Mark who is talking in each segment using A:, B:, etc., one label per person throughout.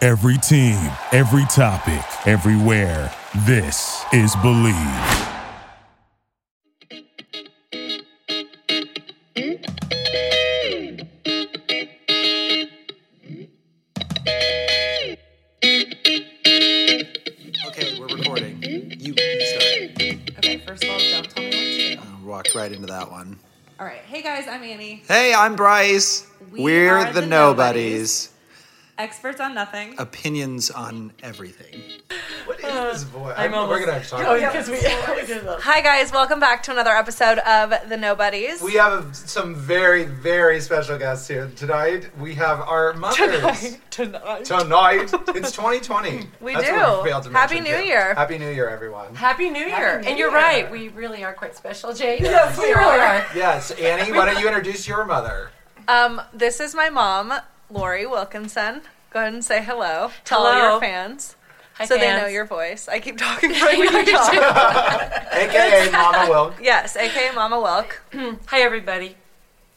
A: Every team, every topic, everywhere. This is Believe.
B: Okay, we're recording. You, you start.
C: Okay, first of all, don't tell me what to do.
D: Oh.
B: I walked right into that one.
C: All right. Hey guys, I'm Annie.
B: Hey, I'm Bryce.
C: We
B: are
C: are
B: the,
C: the
B: nobodies.
C: Nobodies. Experts on nothing.
B: Opinions on everything. What is this voice?
D: I'm almost-
B: we're gonna have to talk
D: Oh,
B: about
D: yeah, because we,
C: Hi guys, welcome back to another episode of The Nobodies.
D: we have some very, very special guests here. Tonight, we have our mothers.
E: tonight.
D: Tonight. It's 2020.
E: We
D: That's
C: do.
D: what we failed to
C: Happy
D: mention,
C: New
D: too.
C: Year.
D: Happy New Year, everyone.
E: Happy New Year.
C: New
E: and you're
C: Year.
E: right, we really are quite special, Jade.
C: Yes, we
E: really
C: are.
D: Yes, Annie, why don't you introduce your mother?
C: Um, this is my mom, Lori Wilkinson. Go ahead and say hello to all
E: Hello.
C: your fans.
E: Hi,
C: so they
E: fans.
C: know your voice. I keep talking for you. talk.
D: AKA Mama Wilk.
C: Yes, aka Mama Welk.
E: Hi, everybody.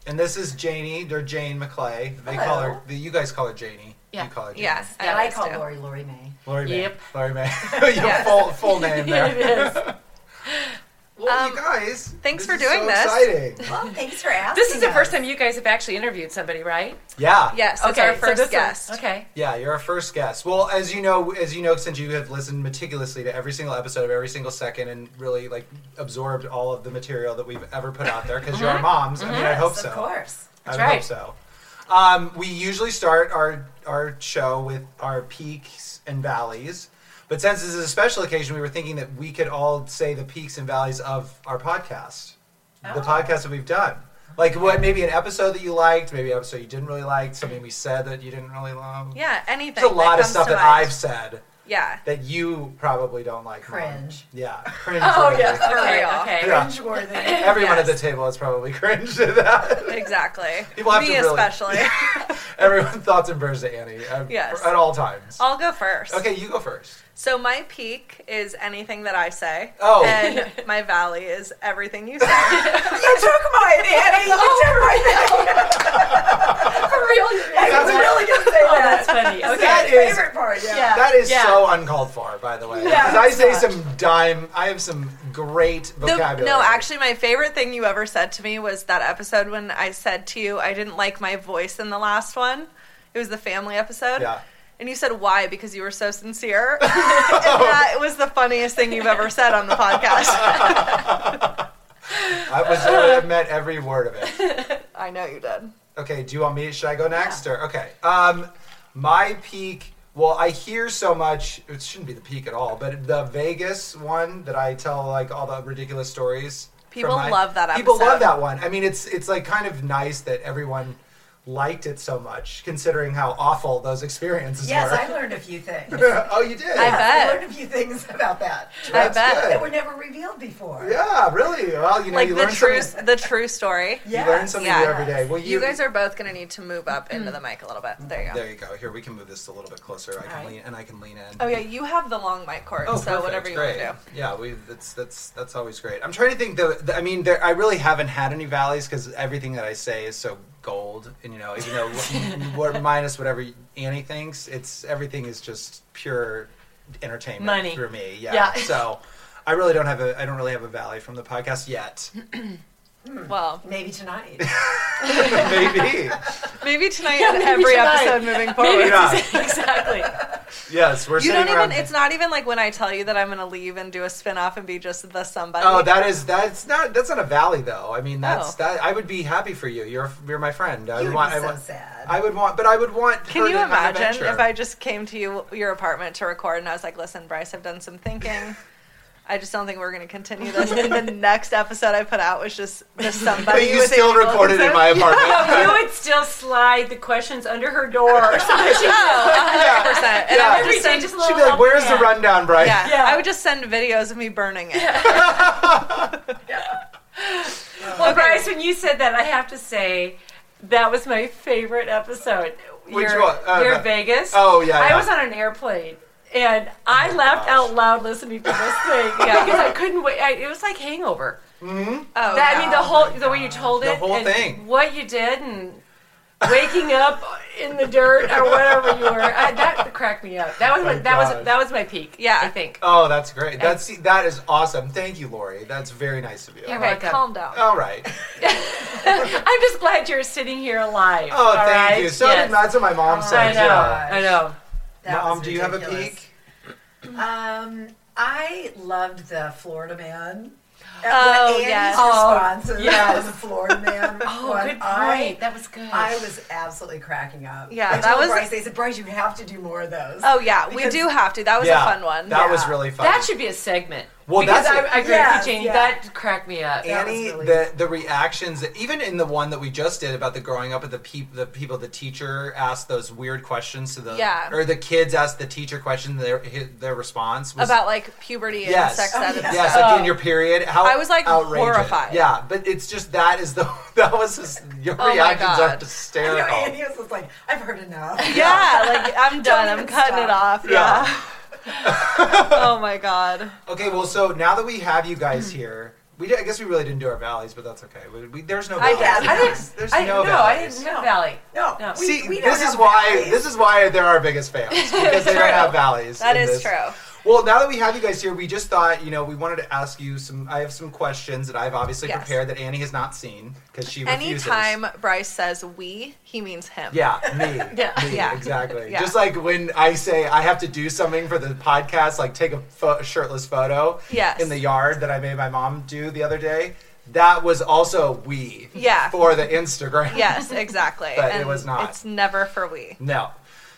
D: And this is Janie, or Jane McClay. They call her, you guys call her Janie.
E: Yeah.
D: You call her Janie.
C: Yeah,
E: Yeah, I,
C: always
E: call
C: do.
E: Lori Lori May.
D: Lori May.
E: Yep.
D: Lori May. your full, full name
E: it
D: there.
E: is.
D: Well, you guys.
C: Um, thanks
D: this
C: for
D: is
C: doing
D: so
C: this.
D: exciting.
F: Well, thanks for asking.
E: This is the
F: us.
E: first time you guys have actually interviewed somebody, right?
D: Yeah.
C: Yes, that's our
E: so
C: first
E: this is-
C: guest.
E: okay.
D: Yeah, you're our first guest. Well, as you know, as you know, since you have listened meticulously to every single episode of every single second and really like absorbed all of the material that we've ever put out there, because you're our moms. I mean, I hope
F: Uh-huh. Yes,
D: so.
F: Of course.
D: I would
E: That's
D: hope
E: right.
D: so. Um, we usually start our our show with our peaks and valleys, but since this is a special occasion, we were thinking that we could all say the peaks and valleys of our podcast,
F: Oh.
D: the podcast that we've done. Like what? Maybe an episode that you liked, maybe an episode you didn't really like, something we said that you didn't really love.
C: Yeah, anything.
D: There's a lot of
C: that comes
D: stuff
C: to
D: that
C: mind.
D: I've said
C: Yeah.
D: that you probably don't like. Mom.
F: Cringe.
D: Yeah. Cringe.
C: For
E: Okay,
C: real.
E: okay.
D: Yeah.
F: Cringeworthy.
D: Everyone at
C: Oh, Yes.
D: the table has probably cringed to that.
C: Exactly.
D: People have
C: Me
D: to really-
C: especially.
D: Everyone thoughts and prayers to Annie. At,
C: Yes.
D: At all times.
C: I'll go first.
D: okay, you go first.
C: So my peak is anything that I say.
D: Oh.
C: And my valley is everything you say. Oh,
F: you took mine, Annie. You took my thing.
E: For real?
F: I was really going to say
E: Oh,
F: that.
E: that's funny. Okay.
D: That
F: My
D: is
F: favorite part. Yeah.
C: Uh,
E: Yeah.
D: that is
E: Yeah.
D: so uncalled for, by the way. Because I say some dime. I have some great
C: The-
D: vocabulary.
C: no, actually, my favorite thing you ever said to me was that episode when I said to you, I didn't like my voice in the last one. It was the family episode.
D: Yeah.
C: And you said why? Because you were so sincere. and that was the funniest thing you've ever said on the podcast.
D: I was I meant every word of it.
C: I know you did.
D: Okay, do you want me? Should I go next? Or okay, um, my peak. Well, I hear so much. It shouldn't be the peak at all, but the Vegas one that I tell like all the ridiculous stories. from
C: People love that
D: People love
C: episode.
D: that one. I mean, it's it's like kind of nice that everyone liked it so much, considering how awful those experiences
F: Yes,
D: were.
F: I learned a few things.
D: oh, you did.
C: I bet.
F: I learned a few things about that
D: That's
C: I bet.
D: good.
F: that were never revealed before.
D: Yeah, really. Well, you know,
C: Like
D: you
C: the
D: learn
C: true,
D: something.
C: the true story.
F: Yes.
D: You learn something
C: Yeah.
D: new every day. Well,
C: You guys are both gonna need to move up into the mic a little bit. There you go.
D: There you go. Here we can move this a little bit closer. I can
F: Alright.
D: lean and I can lean in.
C: Oh yeah, you have the long mic cord, so
D: Oh, perfect.
C: whatever you
D: great.
C: want to do.
D: Yeah, we that's that's that's always great. I'm trying to think though. th- I mean, there, I really haven't had any valleys because everything that I say is so gold, and you know, even though what minus whatever Annie thinks, it's everything is just pure entertainment
E: Money.
D: through me. Yeah.
E: Yeah.
D: So I really don't have a I don't really have a valley from the podcast yet.
C: Well,
F: Maybe tonight.
D: Maybe.
C: maybe tonight
E: Yeah,
C: and
E: maybe
C: every
E: tonight.
C: episode moving forward.
D: Yeah.
E: exactly.
D: Yes, we're
C: You
D: sitting
C: don't even.
D: around-
C: It's not even like when I tell you that I'm going to leave and do a spin off and be just the somebody.
D: Oh, that is that's not that's not a valley though. I mean, that's
C: Oh.
D: that. I would be happy for you. You're you're my friend. I
F: You would
D: want.
F: be
D: I
F: so
D: want,
F: sad.
D: I would want, but I would want.
C: Can
D: her
C: you
D: to have an
C: imagine if
D: adventure.
C: I just came to you your apartment to record and I was like, "Listen, Bryce, I've done some thinking. I just don't think we're going to continue this." And the next episode I put out was just the somebody.
D: But you
C: with
D: still
C: Amy
D: recorded in
C: Wilkinson.
D: my apartment.
E: You would still slide the questions under her door. So that she,
C: Oh, 100%. And I
D: Yeah.
C: would
E: every
C: just
E: day,
C: send,
E: just
D: She'd
E: a little
D: be like,
E: help
D: "Where's the
E: hand."
D: rundown, Brian?"
C: yeah,
E: Yeah.
C: I would just send videos of me burning it.
E: Well, Bryce, when you said that, I have to say that was my favorite episode.
D: Which
E: your,
D: one? Oh,
E: your
D: the-
E: Vegas.
D: Oh, yeah, yeah. Oh
E: I was on an airplane. And I laughed out loud listening to this thing
C: Yeah.
E: because I couldn't wait. I, it was like Hangover.
C: Oh,
E: That,
C: yeah.
E: I mean, the whole the way you told
D: The
E: it,
D: whole
E: and
D: thing.
E: what you did, and waking up in the dirt or whatever you were. I, that cracked me up. That was
D: My
E: my, that was
D: God.
E: that was my peak.
C: Yeah.
E: I think.
D: Oh, that's great. That's that is awesome. Thank you, Lori. That's very nice of you.
E: You're
C: Okay,
E: welcome.
C: calm down.
D: All right.
E: I'm just glad you're sitting here alive.
D: Oh,
E: all
D: thank
E: right?
D: you. So
E: Yes.
D: did that's what my mom
E: I
C: Oh,
D: said.
E: know.
D: yeah.
E: I know.
F: That
D: Mom,
F: was
D: do you have a
F: ridiculous.
D: peek?
F: Um, I loved the Florida man.
C: Oh,
F: Andy's
C: yes.
E: Oh,
F: responses
E: yes.
F: was the Florida man.
E: Oh,
F: one.
E: good point.
F: I,
E: that was good.
F: I was absolutely cracking up.
C: Yeah,
F: I
C: that
F: told
C: was-
F: Bryce. They said, Bryce, you have to do more of those.
C: Oh yeah, we
F: Because-
C: do have to. That was
D: yeah,
C: a fun one.
D: That
F: Yeah.
D: was really fun.
E: that should be a segment.
D: Well,
E: because
D: that's
E: I,
D: it.
E: I agree
F: Yes,
E: with you, Jane.
F: yeah.
E: That cracked me up.
F: Yeah. That was
D: Annie,
F: really-
D: the the reactions, even in the one that we just did about the growing up of the peop the people, the teacher asked those weird questions to the
C: Yeah.
D: or the kids asked the teacher question. Their hi- their response was
C: About like puberty and
D: yes, Oh,
C: sex ed and
F: yeah.
D: yes,
C: stuff.
D: like in your period. How
C: I was, like,
D: outrageous.
C: horrified.
D: Yeah, but it's just that is the that was just, your
C: Oh my
D: reactions are
C: God.
F: I know,
D: hysterical.
F: Andy was just like, I've heard enough.
C: Yeah, like I'm done. I'm
F: even
C: cutting
F: stop.
C: it off.
D: Yeah.
C: Yeah. oh my god.
D: Okay, well, so now that we have you guys here. We did, I guess we really didn't do our valleys, but that's okay. We, we, there's no
E: I,
D: valleys.
E: I didn't.
D: there's
E: I,
D: no
E: no,
D: valleys.
E: Oh, I didn't know
F: No.
E: Valley.
F: No,
E: No.
F: we-
D: See,
F: we don't
D: this
F: have
D: is why
F: valleys.
D: this is why they're our biggest fans because they don't have valleys.
C: That
D: in
C: is
D: this.
C: true.
D: Well, now that we have you guys here, we just thought you know we wanted to ask you some. I have some questions that I've obviously
C: Yes.
D: prepared that Annie has not seen because she refuses.
C: Anytime Bryce says "we," he means him.
D: Yeah, me.
E: Yeah.
D: me,
C: Yeah.
D: Exactly.
C: Yeah.
D: Just like when I say I have to do something for the podcast, like take a, pho- a shirtless photo
C: Yes.
D: in the yard that I made my mom do the other day. That was also we.
C: Yeah.
D: For the Instagram.
C: Yes, exactly.
D: But it
C: And
D: was not.
C: It's never for we.
D: No.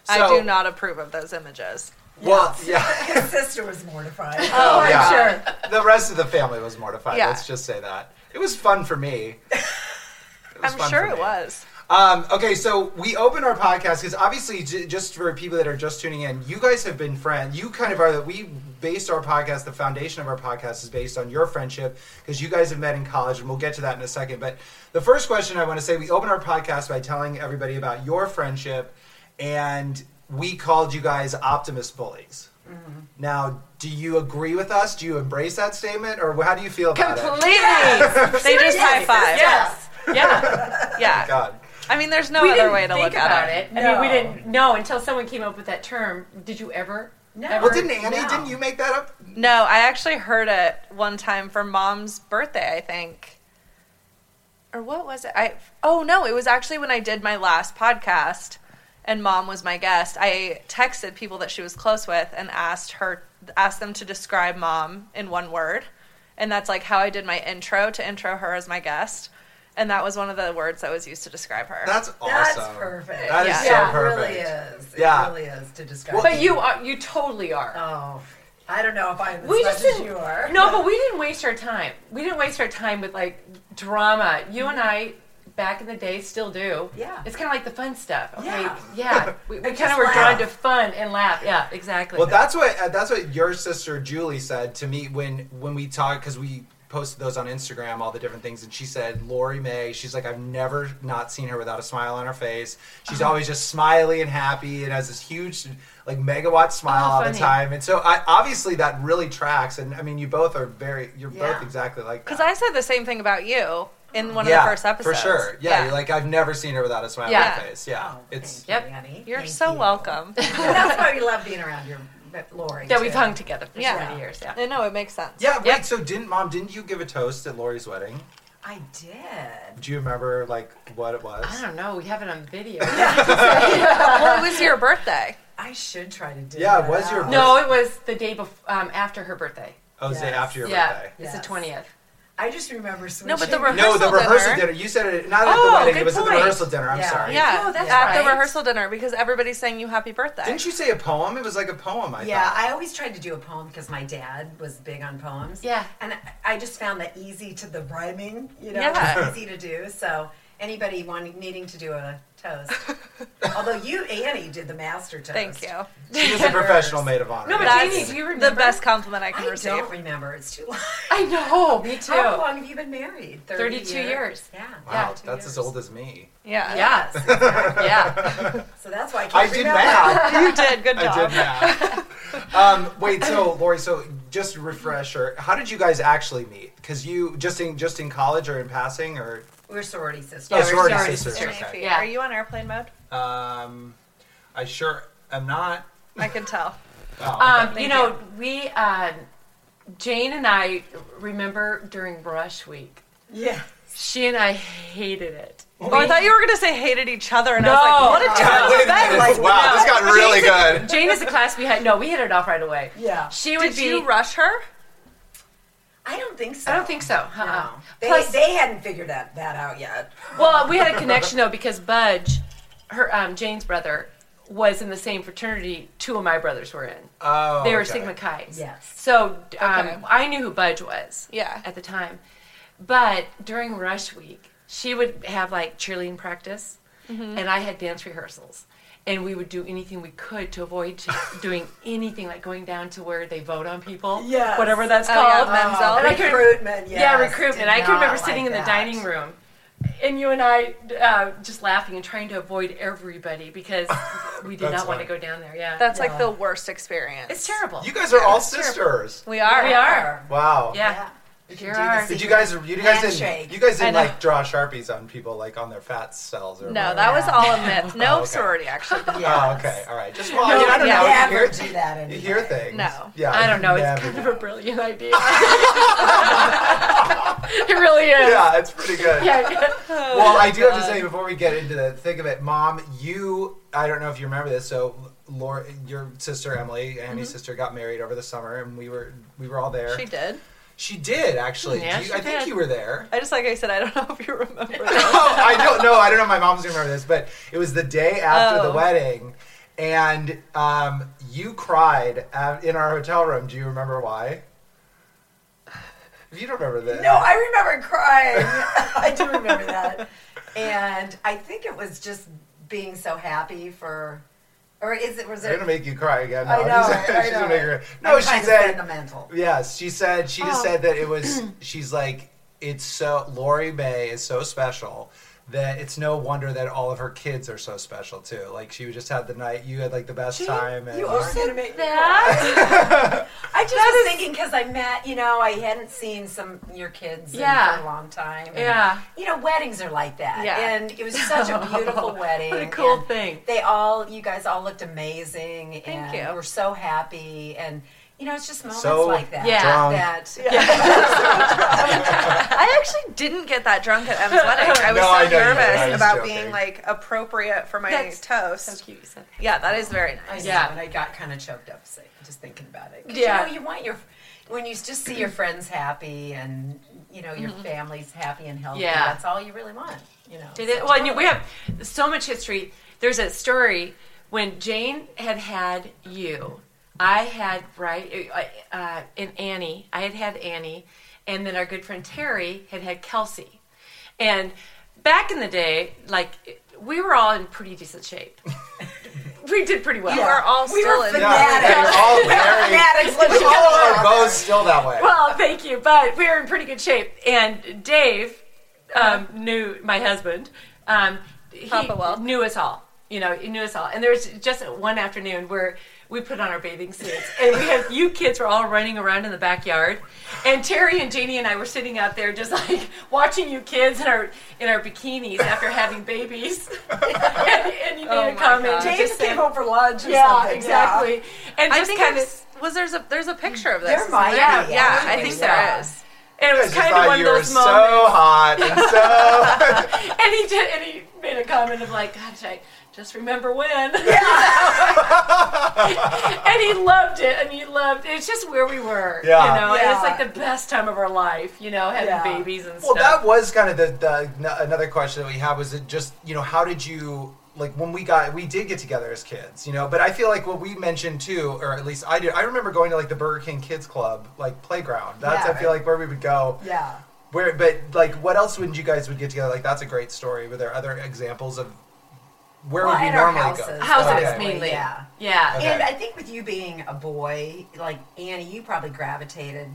C: I
D: So-
C: do not approve of those images.
D: Well, yeah.
F: His sister was mortified.
E: Oh, I'm
D: Yeah.
E: sure.
D: the rest of the family was mortified.
C: Yeah.
D: Let's just say that it was fun for me. It was
C: I'm
D: fun
C: sure
D: for
C: it
D: me.
C: was.
D: Um, okay, so we open our podcast because obviously, j- just for people that are just tuning in, you guys have been friends. You kind of are that we based our podcast. The foundation of our podcast is based on your friendship because you guys have met in college, and we'll get to that in a second. But the first question I want to say, we open our podcast by telling everybody about your friendship, and we called you guys optimist bullies. Now, do you agree with us? Do you embrace that statement, or how do you feel about it?
E: Completely.
C: They just high five.
E: Yes. Yeah.
C: Yeah.
D: Oh God.
C: I mean, there's no
E: we
C: other
E: didn't
C: way to
E: think
C: look at
E: about
C: it.
E: it. I mean, we
F: No.
E: didn't know until someone came up with that term. Did you ever?
F: No.
E: Ever?
D: Well, didn't Annie?
F: No.
D: Didn't you make that up?
C: No, I actually heard it one time for mom's birthday, I think. Or what was it? I Oh no, it was actually when I did my last podcast and mom was my guest. I texted people that she was close with and asked her asked them to describe mom in one word. And that's like how I did my intro to intro her as my guest. And that was one of the words that was used to describe her.
D: That's awesome.
F: That's perfect.
D: That is
C: Yeah.
D: so
E: Yeah,
F: it
D: perfect.
F: really is. It
D: Yeah.
F: really is to describe.
E: But you are. You totally are.
F: Oh, I don't know if I'm as
E: we
F: much
E: just
F: as
E: didn't.
F: you are.
E: No, but we didn't waste our time. We didn't waste our time with like drama. You and I, back in the day, still do.
F: Yeah.
E: It's kind of like the fun stuff. Okay.
F: Yeah.
E: Yeah. We, we kind
F: And just
E: of were drawn
F: laugh.
E: to fun and laugh. Yeah. Exactly.
D: Well, that's what uh, that's what your sister Julie said to me when when we talked because we posted those on Instagram, all the different things, and she said Lori May. She's like, I've never not seen her without a smile on her face. She's
F: Uh-huh.
D: always just smiley and happy, and has this huge like megawatt smile
E: Oh,
D: all the
E: funny.
D: time. And so, I, obviously, that really tracks. And I mean, you both are very you're
F: Yeah.
D: both exactly like that.
C: Cuz I said the same thing about you in one
D: yeah,
C: of the first episodes.
D: for sure. Yeah, you're like I've never seen her without a smile on
E: Yeah.
D: her face. Yeah,
F: Oh,
D: it's
F: thank
E: Yep.
F: you, Annie.
C: You're
F: Thank
C: so
F: you.
C: welcome.
F: And that's why we love being around your Lori.
E: yeah. We've
F: too.
E: hung together for
C: Yeah.
E: so many years. Yeah.
C: I know it makes sense.
D: yeah. Wait,
E: Yep.
D: so didn't mom? Didn't you give a toast at Lori's wedding?
F: I did.
D: Do you remember like what it was?
E: I don't know. We have it on video.
C: Well, it was your birthday.
F: I should try to do.
D: Yeah,
F: that
D: it was your
F: out.
E: no, it was the day before, um, after her birthday.
D: Oh, is it
F: Yes.
D: after your
E: yeah.
D: birthday?
E: It's
F: Yes.
E: the twentieth.
F: I just remember switching.
C: No, but the rehearsal
D: No, the
C: dinner.
D: rehearsal dinner. You said it not at the
E: Oh,
D: wedding. It
E: good
D: was at the
E: point.
D: rehearsal dinner. I'm
F: Yeah.
D: sorry.
C: Yeah,
E: Oh, that's
C: at the
E: right.
C: rehearsal dinner because everybody sang you happy birthday.
D: Didn't you say a poem? It was like a poem. I
F: Yeah,
D: thought.
F: I always tried to do a poem because my dad was big on poems.
E: Yeah.
F: And I- I just found that easy to the rhyming, you know,
C: Yeah.
F: it's easy to do. So anybody wanting needing to do a toast. Although you, Annie, did the master toast.
C: Thank you.
D: She was a professional maid of honor.
E: No, but
C: That's
E: Jamie, do you remember?
C: the best compliment I can
F: I
C: receive.
F: don't remember. It's too long.
E: I know. Me too.
F: How long have you been married? 30
E: 32 years.
F: Yeah.
D: wow,
E: yeah, two
D: that's as
E: years.
D: old as me.
C: Yeah.
E: Yes. yeah.
F: So that's why I
D: I
F: can't
D: did
F: remember.
D: math.
C: You did. Good job.
D: I did math. um, wait, so Lori, so just a refresher, how did you guys actually meet? Because you just in just in college or in passing or
F: We're sorority sisters.
D: oh, sorority
E: sorority
D: sisters.
C: And
D: Okay.
C: Afi,
E: Yeah.
C: Are you on airplane mode?
D: Um, I sure am not.
C: I can tell.
D: Oh,
E: Um, you know, we uh, Jane and I remember during Rush Week.
F: Yeah.
E: She and I hated it.
C: Oh, I thought you were gonna say hated each other, and I was like, what a
E: No.
C: terrible
D: Wait a
C: event.
D: minute.
C: Like,
D: wow, this got really good.
E: Jane is a class we had. No, we hit it off right away.
F: Yeah.
E: She would
C: did
E: be.
C: you rush her?
F: I don't think so.
E: I don't think so. Uh-uh.
F: No. They,
E: Plus,
F: they hadn't figured that, that out yet.
E: well, we had a connection though because Budge, her um, Jane's brother, was in the same fraternity. Two of my brothers were in.
D: Oh,
E: They were
D: okay.
E: Sigma Chi's.
F: Yes.
E: So um,
C: Okay.
E: I knew who Budge was.
C: Yeah.
E: At the time, but during rush week, she would have like cheerleading practice,
F: Mm-hmm.
E: and I had dance rehearsals, and we would do anything we could to avoid t- doing anything like going down to where they vote on people.
F: Yes. Uh,
E: Whatever that's
C: Oh, yeah,
E: called.
C: Menzel.
E: And I could-
F: Recruitment,
E: yeah,
F: yes. Did
E: recruitment. I can
F: not
E: remember
F: like
E: sitting in the
F: that.
E: dining room, and you and I uh, just laughing and trying to avoid everybody because we did
D: That's
E: not want to
D: funny.
E: go down there. Yeah,
C: That's
F: Yeah.
C: like the worst experience.
E: it's terrible.
D: You guys are all
E: it's terrible.
D: sisters.
C: We are.
E: We are.
D: Wow.
F: Um,
E: yeah.
F: You
E: Sure
F: do the
E: are.
D: Did you guys? You guys
F: Handshake.
D: didn't. You guys didn't
E: I know.
D: like draw sharpies on people like on their fat cells or.
C: No,
D: whatever.
C: that was all a myth. No
D: Oh, okay.
C: sorority, actually.
F: secret-
D: Oh,
F: yes.
D: okay. All right. Just well, I mean, I don't
C: yeah.
D: know.
F: Never
D: You hear,
F: do that
D: you hear
F: anymore.
D: things.
C: No.
D: Yeah.
E: I don't know.
D: you
E: It's
D: never
E: kind of
D: do
E: a brilliant idea. it really
D: that.
E: is.
D: Yeah, it's pretty good.
E: Yeah.
D: Well, I do have to say before we get into the thick of it, Mom, you. I don't know if you remember this. So, Laura, your sister Emily, Annie's sister, got married over the summer, and we were we were all there.
C: She did.
D: She did actually.
E: Yeah,
D: Do you-
E: she
D: I think
E: did.
D: you were there.
C: I just like I said, I don't know if you remember. That.
D: Oh, I don't know. I don't know. if My mom's gonna remember this, but it was the day after
C: Oh.
D: the wedding, and um, you cried at, in our hotel room. Do you remember why? You don't remember this?
F: No, I remember crying. I do remember that. And I think it was just being so happy for, or is it, was
D: They're
F: it?
D: gonna make you cry again.
F: I
D: No,
F: know,
D: she's-
F: I know.
D: she's gonna make her- No,
F: I'm
D: she
F: kind of
D: said.
F: sentimental.
D: Yes, she said. She just
E: Oh.
D: said that it was. She's like, it's so. Lori May is so special that it's no wonder that all of her kids are so special too. Like she just had the night. You had like the best time. And
F: You are going to make me
E: That?
F: I just was thinking because I met, you know, I hadn't seen some your kids in-
E: Yeah.
F: for a long time. and,
E: Yeah.
F: you know, weddings are like that.
E: Yeah.
F: and it was such a beautiful wedding.
E: What a cool
F: and
E: thing.
F: They all, you guys all looked amazing.
C: Thank
F: and
C: you.
F: We're so happy, and you know, it's just moments
D: So
F: like that.
E: Yeah.
D: drunk.
F: That
C: I actually didn't get that drunk at Emma's wedding. I was
D: No, I know
C: so
D: you didn't. I
C: nervous
D: was
C: about
D: joking.
C: being like appropriate for my
E: That's
C: toast.
E: So cute. you said that.
C: Yeah, that is very
F: I
C: nice.
F: know,
E: Yeah.
F: and I got kind of choked up say- just thinking about it. 'Cause,
E: Yeah.
F: you know, you want your when you just see your friends happy and you know your family's happy and healthy.
E: Mm-hmm. Yeah.
F: that's all you really want. You know,
E: Did it? Well, and you- we have so much history. There's a story when Jane had had you. I had right uh, uh, and Annie. I had had Annie, and then our good friend Terry had had Kelsey. And back in the day, like we were all in pretty decent shape. we did pretty well.
C: You are all
F: We
C: still
F: were
C: in.
F: fanatic.
D: Yeah,
F: Maddox.
D: they're all very.
F: Maddox, let's
D: All
F: go
D: of our
F: on.
D: bows still that way.
E: Well, thank you, but we were in pretty good shape. And Dave um, knew my husband. Um, he
C: Uh-huh. Papa Welk.
E: knew us all. You know, he knew us all. And there was just one afternoon where we put on our bathing suits, and we had you kids were all running around in the backyard, and Terry and Janie and I were sitting out there just like watching you kids in our in our bikinis after having babies. and, and you made
C: Oh
E: a
C: my
E: comment.
C: God.
E: just
F: James
E: saying-
F: came home for lunch or
E: Yeah,
F: something.
E: exactly. And
C: I
E: just
C: think
E: kind
C: i
E: of
C: was there's a there's a picture of this.
F: There
C: isn't
F: might be,
C: Yeah,
F: yeah.
C: yeah,
F: I
C: I
F: think
C: think
F: so.
C: there is.
E: and it
D: I
E: was
D: just
E: kind
D: thought
E: of one
D: you
E: of
D: were
E: those
D: so
E: moments.
D: hot and so.
E: And he did, and he made a comment of like, "Gosh, I just remember when." and he loved it, and he loved it. It's just where we were,
D: Yeah.
E: you know. And it's
F: Yeah.
E: like the best time of our life, you know, having
F: Yeah.
E: babies and
D: Well,
E: stuff.
D: that was kind of the, the n- another question that we had was it just you know how did you like when we got we did get together as kids you know but I feel like what we mentioned too or at least I did I remember going to like the Burger King Kids Club like playground that's
F: Yeah.
D: I feel like where we would go
F: Yeah.
D: where but like what else would you guys would get together like that's a great story were there other examples of where
F: Well,
D: would we
F: at our
D: normally
F: houses.
D: go
E: Houses
F: Okay.
E: mainly,
F: Yeah.
E: yeah.
D: Okay.
F: And I think with you being a boy, like Annie, you probably gravitated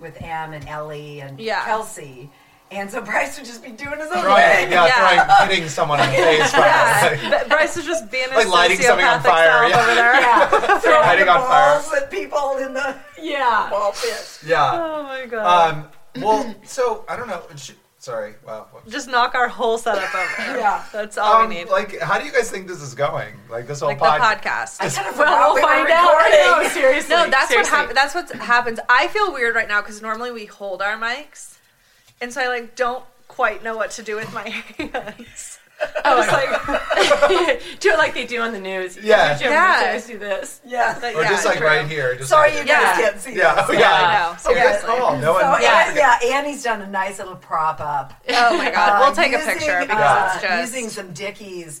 F: with Em and Ellie and
C: Yeah.
F: Kelsey. And so Bryce would just be doing his own
D: throwing
F: thing.
D: yeah,
C: Yeah.
D: throwing hitting someone in the face probably.
C: But Bryce was just being his
D: Like lighting something on
C: sociopathic
D: fire,
C: self
D: yeah.
C: over there.
F: Yeah. Throwing
D: Lighting
F: the
D: on fire.
F: balls at people in the
E: yeah.
F: ball pit.
D: yeah
C: Oh my god.
D: um well so I don't know sh- sorry wow.
C: just knock our whole setup over.
F: Yeah.
C: That's all
D: Um,
C: we need.
D: Like, how do you guys think this is going? Like this whole
C: Like the
D: pod-
C: podcast.
F: I kind of
E: Well,
F: forgot
E: we'll
F: we were
E: find Seriously.
C: No, that's
E: seriously.
C: what happens. That's what happens. I feel weird right now because normally we hold our mics, and so I like don't quite know what to do with my hands.
E: Oh, it's like do it like they do on the news.
D: Yeah.
E: Jim,
C: Yeah.
E: let's do this.
F: Yeah.
C: But
D: Or
C: yeah,
D: just like
C: true.
D: right here. Just
F: Sorry,
D: like-
F: you
C: Yeah.
F: guys can't see.
D: Yeah.
F: this.
D: Oh,
C: Yeah,
D: yeah.
C: I know,
D: Okay, good
C: seriously.
D: call. No
F: So,
D: one.
F: yeah.
E: Yeah.
F: yeah, Annie's done a nice little prop up.
C: Oh my god, we'll
F: Uh,
C: take
F: using,
C: a picture because
F: uh,
C: it's just
F: using some Dickies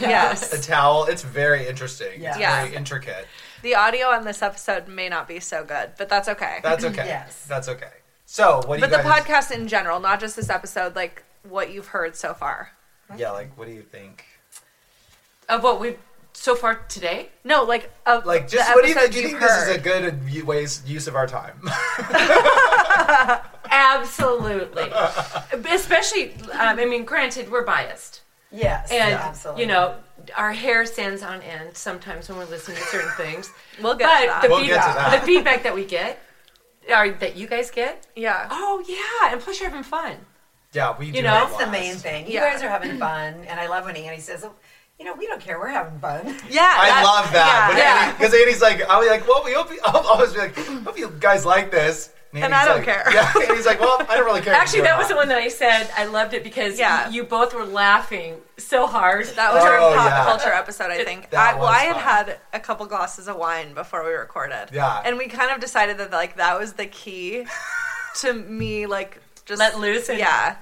C: Yes.
D: A towel. It's very interesting.
F: Yeah.
D: It's
C: Yeah.
D: very intricate.
C: the audio on this episode may not be so good, but that's okay.
D: That's okay.
F: Yes.
D: That's okay. So what do
C: but
D: you
C: the
D: guys?
C: podcast in general, not just this episode, like what you've heard so far.
D: Yeah. Like, what do you think?
E: Of what we've so far today.
C: No, like of
D: Like, just
C: the
D: what do you
C: episodes
D: think? Do you think
C: you've
D: this is a
C: heard.
D: good ways use of our time?
E: Absolutely. Especially, um, I mean, granted, we're biased.
F: Yes.
E: And,
F: yeah, absolutely.
E: you know, our hair stands on end sometimes when we listen to certain things.
C: We'll get to
E: but
C: that.
E: the,
D: We'll get to
E: feedback,
D: that.
E: the feedback that we get, or that you guys get,
C: yeah.
E: oh, yeah. And plus, you're having fun.
D: yeah, we do.
E: know,
D: have
E: that's
F: That's the
D: lots.
F: main thing. You
C: Yeah.
F: guys are having fun, and I love when Annie says, "Oh, "You know, we don't care. We're having fun."
C: Yeah,
D: I love that.
C: Yeah,
E: yeah.
D: Because Annie's like, I was like, well, we hope you, I'll always be like, hope you guys like this.
C: And
D: Annie's
C: I don't
D: like-
C: care.
D: Yeah, and he's like, well, I don't really care. if
E: Actually,
D: you do or
E: that was
D: not.
E: the one that I said I loved it because
C: Yeah.
E: you both were laughing so hard.
C: that was our
D: Oh,
C: pop
D: yeah.
C: culture episode. I think.
D: That
C: I, well,
D: was
C: I had
D: fun.
C: had a couple glasses of wine before we recorded.
D: Yeah.
C: and we kind of decided that like that was the key to me like just
E: Let loose and-
C: yeah.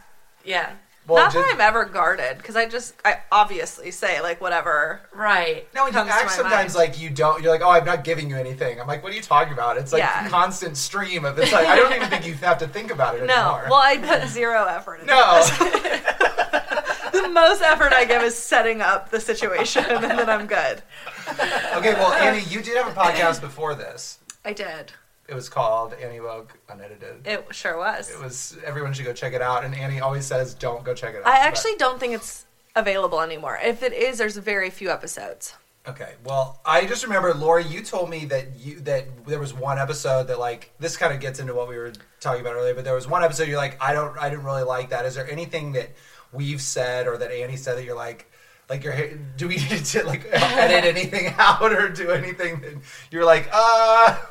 E: Yeah.
D: Well,
C: Not
D: just-
C: that I'm ever guarded because I just I obviously say like whatever.
E: Right.
D: No, you
C: comes to
D: act
C: my
D: sometimes like you don't. You're like, oh, I'm not giving you anything. I'm like, what are you talking about? It's like
C: Yeah.
D: constant stream of it's like I don't even think you have to think about it
C: No,
D: anymore.
C: well I put zero effort. in
D: no,
C: it. the most effort I give is setting up the situation and then I'm good.
D: okay. Well, Annie, you did have a podcast before this.
C: I did.
D: It was called Annie Vogue Unedited.
C: It sure was.
D: It was everyone should go check it out, and Annie always says, don't go check it out.
C: I
D: but-
C: actually don't think it's available anymore. If it is, there's very few episodes.
D: Okay. Well, I just remember, Lori, you told me that you that there was one episode that like this kind of gets into what we were talking about earlier, but there was one episode you're like, I don't, I didn't really like that. Is there anything that we've said or that Annie said that you're like, like you're, do we need to like edit anything out or do anything that you're like, uh,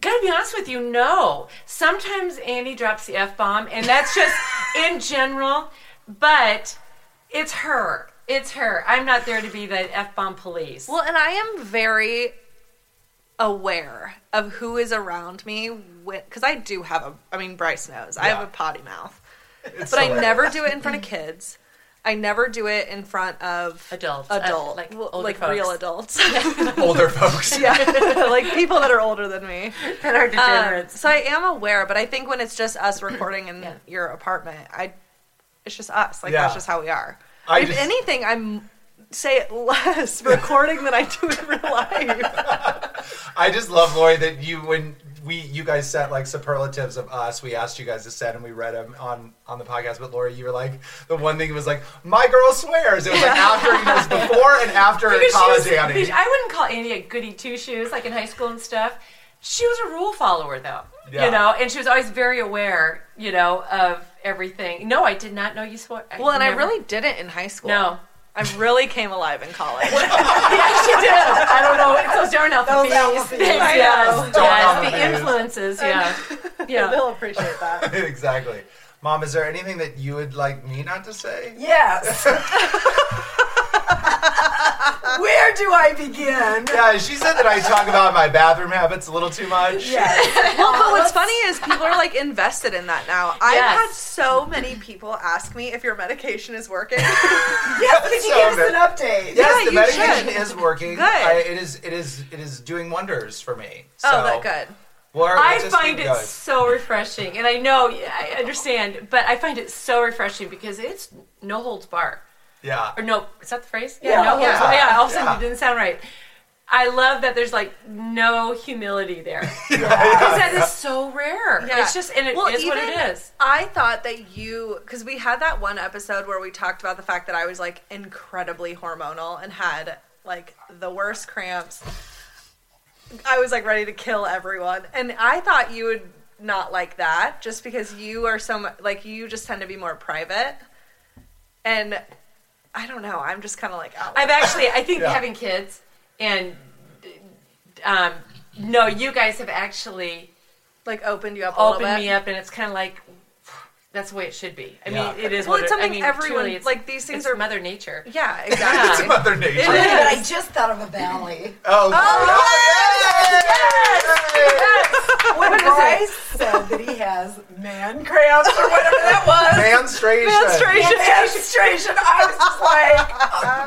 E: Gotta be honest with you, no. Sometimes Andy drops the F bomb, and that's just in general, but it's her. It's her. I'm not there to be the F bomb police.
C: Well, and I am very aware of who is around me because I do have a, I mean, Bryce knows, I have
D: Yeah.
C: a potty mouth.
D: it's
C: But I
D: hilarious.
C: never do it in front of kids. I never do it in front of
E: Adults, uh,
C: adult,
E: like
C: well,
E: older
C: like
E: folks.
C: real adults,
D: older folks.
C: yeah, like people that are older than me.
E: that are
C: Um,
E: degenerates.
C: so I am aware, but I think when it's just us recording in
E: Yeah.
C: your apartment, I it's just us. Like
D: Yeah.
C: that's just how we are.
D: I
C: if
D: just-
C: anything, I'm say it less recording than I do in real life.
D: I just love Lori that you when we you guys sent like superlatives of us. We asked you guys to send and we read them on on the podcast. But Lori, you were like the one thing was like my girl swears. It was like after it was before and after
E: Because she
D: college
E: was-
D: Annie.
E: I wouldn't call Andy a goody two shoes like in high school and stuff. She was a rule follower though.
D: Yeah.
E: You know, and she was always very aware, you know, of everything. No, I did not know you swore.
C: Well, and
E: never-
C: I really didn't in high school.
E: No.
C: I really came alive in college.
E: Yeah, she did. I don't know. It's those darn alpha
F: Those
E: bees.
F: alpha bees.
E: Yes,
C: I know.
E: yes,
D: Darn alpha
E: the
D: bees.
E: influences. Yeah, yeah.
C: They'll appreciate that.
D: exactly. Mom, is there anything that you would like me not to say?
F: Yes. Where do I begin?
D: Yeah, she said that I talk about my bathroom habits a little too much.
F: Yes. Uh,
C: Well, but what's funny is people are like invested in that now. I've
E: Yes.
C: had so many people ask me if your medication is working. Oh,
F: yes. Could you
D: So
F: give us
D: good.
F: an update?
D: Yes, the
C: Yeah, you
D: medication
C: should.
D: is working.
C: Good.
D: I, it is. It is. It is doing wonders for me. So,
C: oh, that good.
D: Well, our-
E: I
D: let's just
E: find
D: keep
E: it
D: going.
E: so refreshing, and I know I understand, but I find it so refreshing because it's no holds bar.
D: Yeah.
E: Or no, is that the phrase?
F: Yeah,
E: no holds
D: yeah.
E: bar. Yeah, all of a sudden
D: Yeah.
E: it didn't sound right. I love that there's like no humility there because that is so rare.
C: Yeah.
E: It's just and it is
C: Well,
E: what
C: even-
E: it is.
C: I thought that you, because we had that one episode where we talked about the fact that I was like incredibly hormonal and had like the worst cramps. I was like ready to kill everyone. And I thought you would not like that just because you are so mu- like you just tend to be more private. And I don't know. I'm just kind of like, oh.
E: I've actually, I think
D: Yeah.
E: having kids and um, no, you guys have actually
C: Like opened you up a
E: opened
C: little bit.
E: me up, and it's kind of like that's the way it should be. I
D: Yeah.
E: mean, it is.
C: Well,
E: what
C: it's
E: it- I
C: something
E: mean,
C: everyone-
E: truly, it's-
C: like, these things
E: it's
C: are-
E: Mother Nature.
C: Yeah,
E: Yeah.
C: exactly.
D: It's Mother Nature.
C: It is.
F: But I just thought of a valley.
D: Oh,
F: When Bryce said that he has man cramps or whatever that was,
D: Manstration.
F: menstruation, I was just like,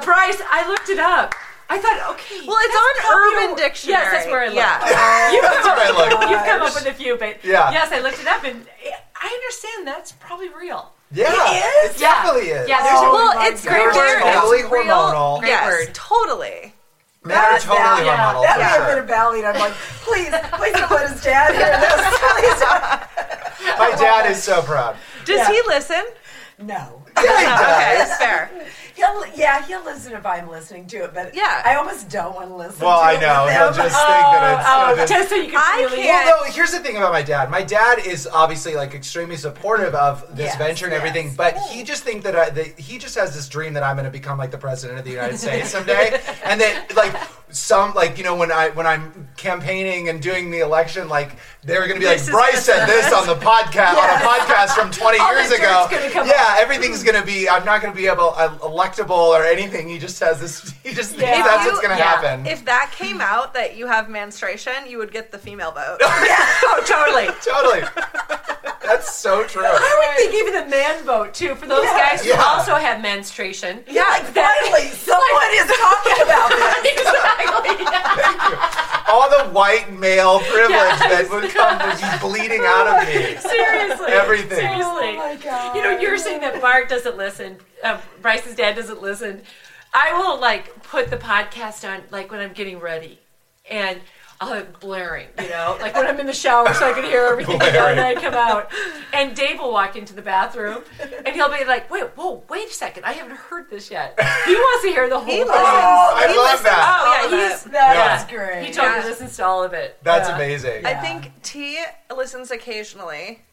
E: Bryce, I looked it up. I thought, okay.
C: Well, it's
E: that's
C: on
E: popular.
C: Urban Dictionary.
E: Yes, that's where I looked.
C: Yeah.
E: You've come,
D: where I
E: up,
D: looked.
E: you've come up with a few, but
D: Yeah.
E: yes, I looked it up, and I understand that's probably real.
D: Yeah,
F: It is?
D: it definitely is.
E: Yeah, there's
F: Oh,
E: a,
C: well,
F: my
C: it's
F: God.
C: great
D: You're
C: word.
D: totally
C: it's real.
D: hormonal.
E: Great
C: yes,
E: word.
C: totally.
D: men are
F: That-
D: totally
E: yeah.
D: hormonal.
F: that
D: for
F: may have
D: sure.
F: been a valley. And I'm like, please, please don't let his dad hear this. Please don't.
D: My dad is so proud.
C: Does
F: Yeah.
C: he listen? Oh,
F: No.
D: Yeah, he
C: Okay,
D: does.
C: that's fair.
F: He'll, yeah, he'll listen if I'm listening to it, but
C: Yeah.
F: I almost don't want to listen
D: Well,
F: to
D: I
F: it
D: know.
F: with
D: He'll
F: him.
D: just think that
E: Oh,
D: it's.
E: just so you can
C: I
E: really
C: can't-
D: Well, no, here's the thing about my dad. My dad is obviously like extremely supportive of this
F: Yes,
D: venture and
F: yes.
D: everything, but he just think that, I, that he just has this dream that I'm going to become like the president of the United States someday, and that like some like you know when I when I'm campaigning and doing the election, like they're going to be like Bryce said this on the podcast on a podcast from 20
E: All the
D: years
E: dirt's
D: ago.
E: gonna come
D: yeah, everything's going to be. I'm not going to be able uh, electable or anything. He just has this. He just thinks
E: Yeah. If
D: that's
C: you-
D: what's going to
E: yeah.
D: happen.
C: If that came out that you have menstruation, you would get the female vote. oh, totally.
D: totally. That's so true.
E: I would think even the man vote too for those
F: Yeah.
E: guys
D: Yeah.
E: who also have menstruation.
F: Yeah, like, finally, someone is talking about this.
E: exactly.
D: all the white male privilege
E: Yeah.
D: that would come would be bleeding out of me.
E: Seriously.
D: Everything.
E: Seriously.
F: Oh my God.
E: You know, you're saying that Bart doesn't listen. Uh, Bryce's dad doesn't listen. I will like put the podcast on like when I'm getting ready, and I'll have it blaring. You know, like when I'm in the shower, so I can hear everything. You know, and then I come out, and Dave will walk into the bathroom, and he'll be like, "Wait, whoa, wait a second! I haven't heard this yet." He wants to hear the whole.
C: He
E: thing.
C: listens.
D: I
C: he
D: love
C: listens
D: that.
C: to
E: Oh, yeah,
C: all of
E: he's-
C: it.
F: That
D: Yeah.
F: is great.
E: He totally
C: Yeah.
E: listens to all of it.
D: That's
F: Yeah.
D: amazing.
F: Yeah.
C: I think T listens occasionally.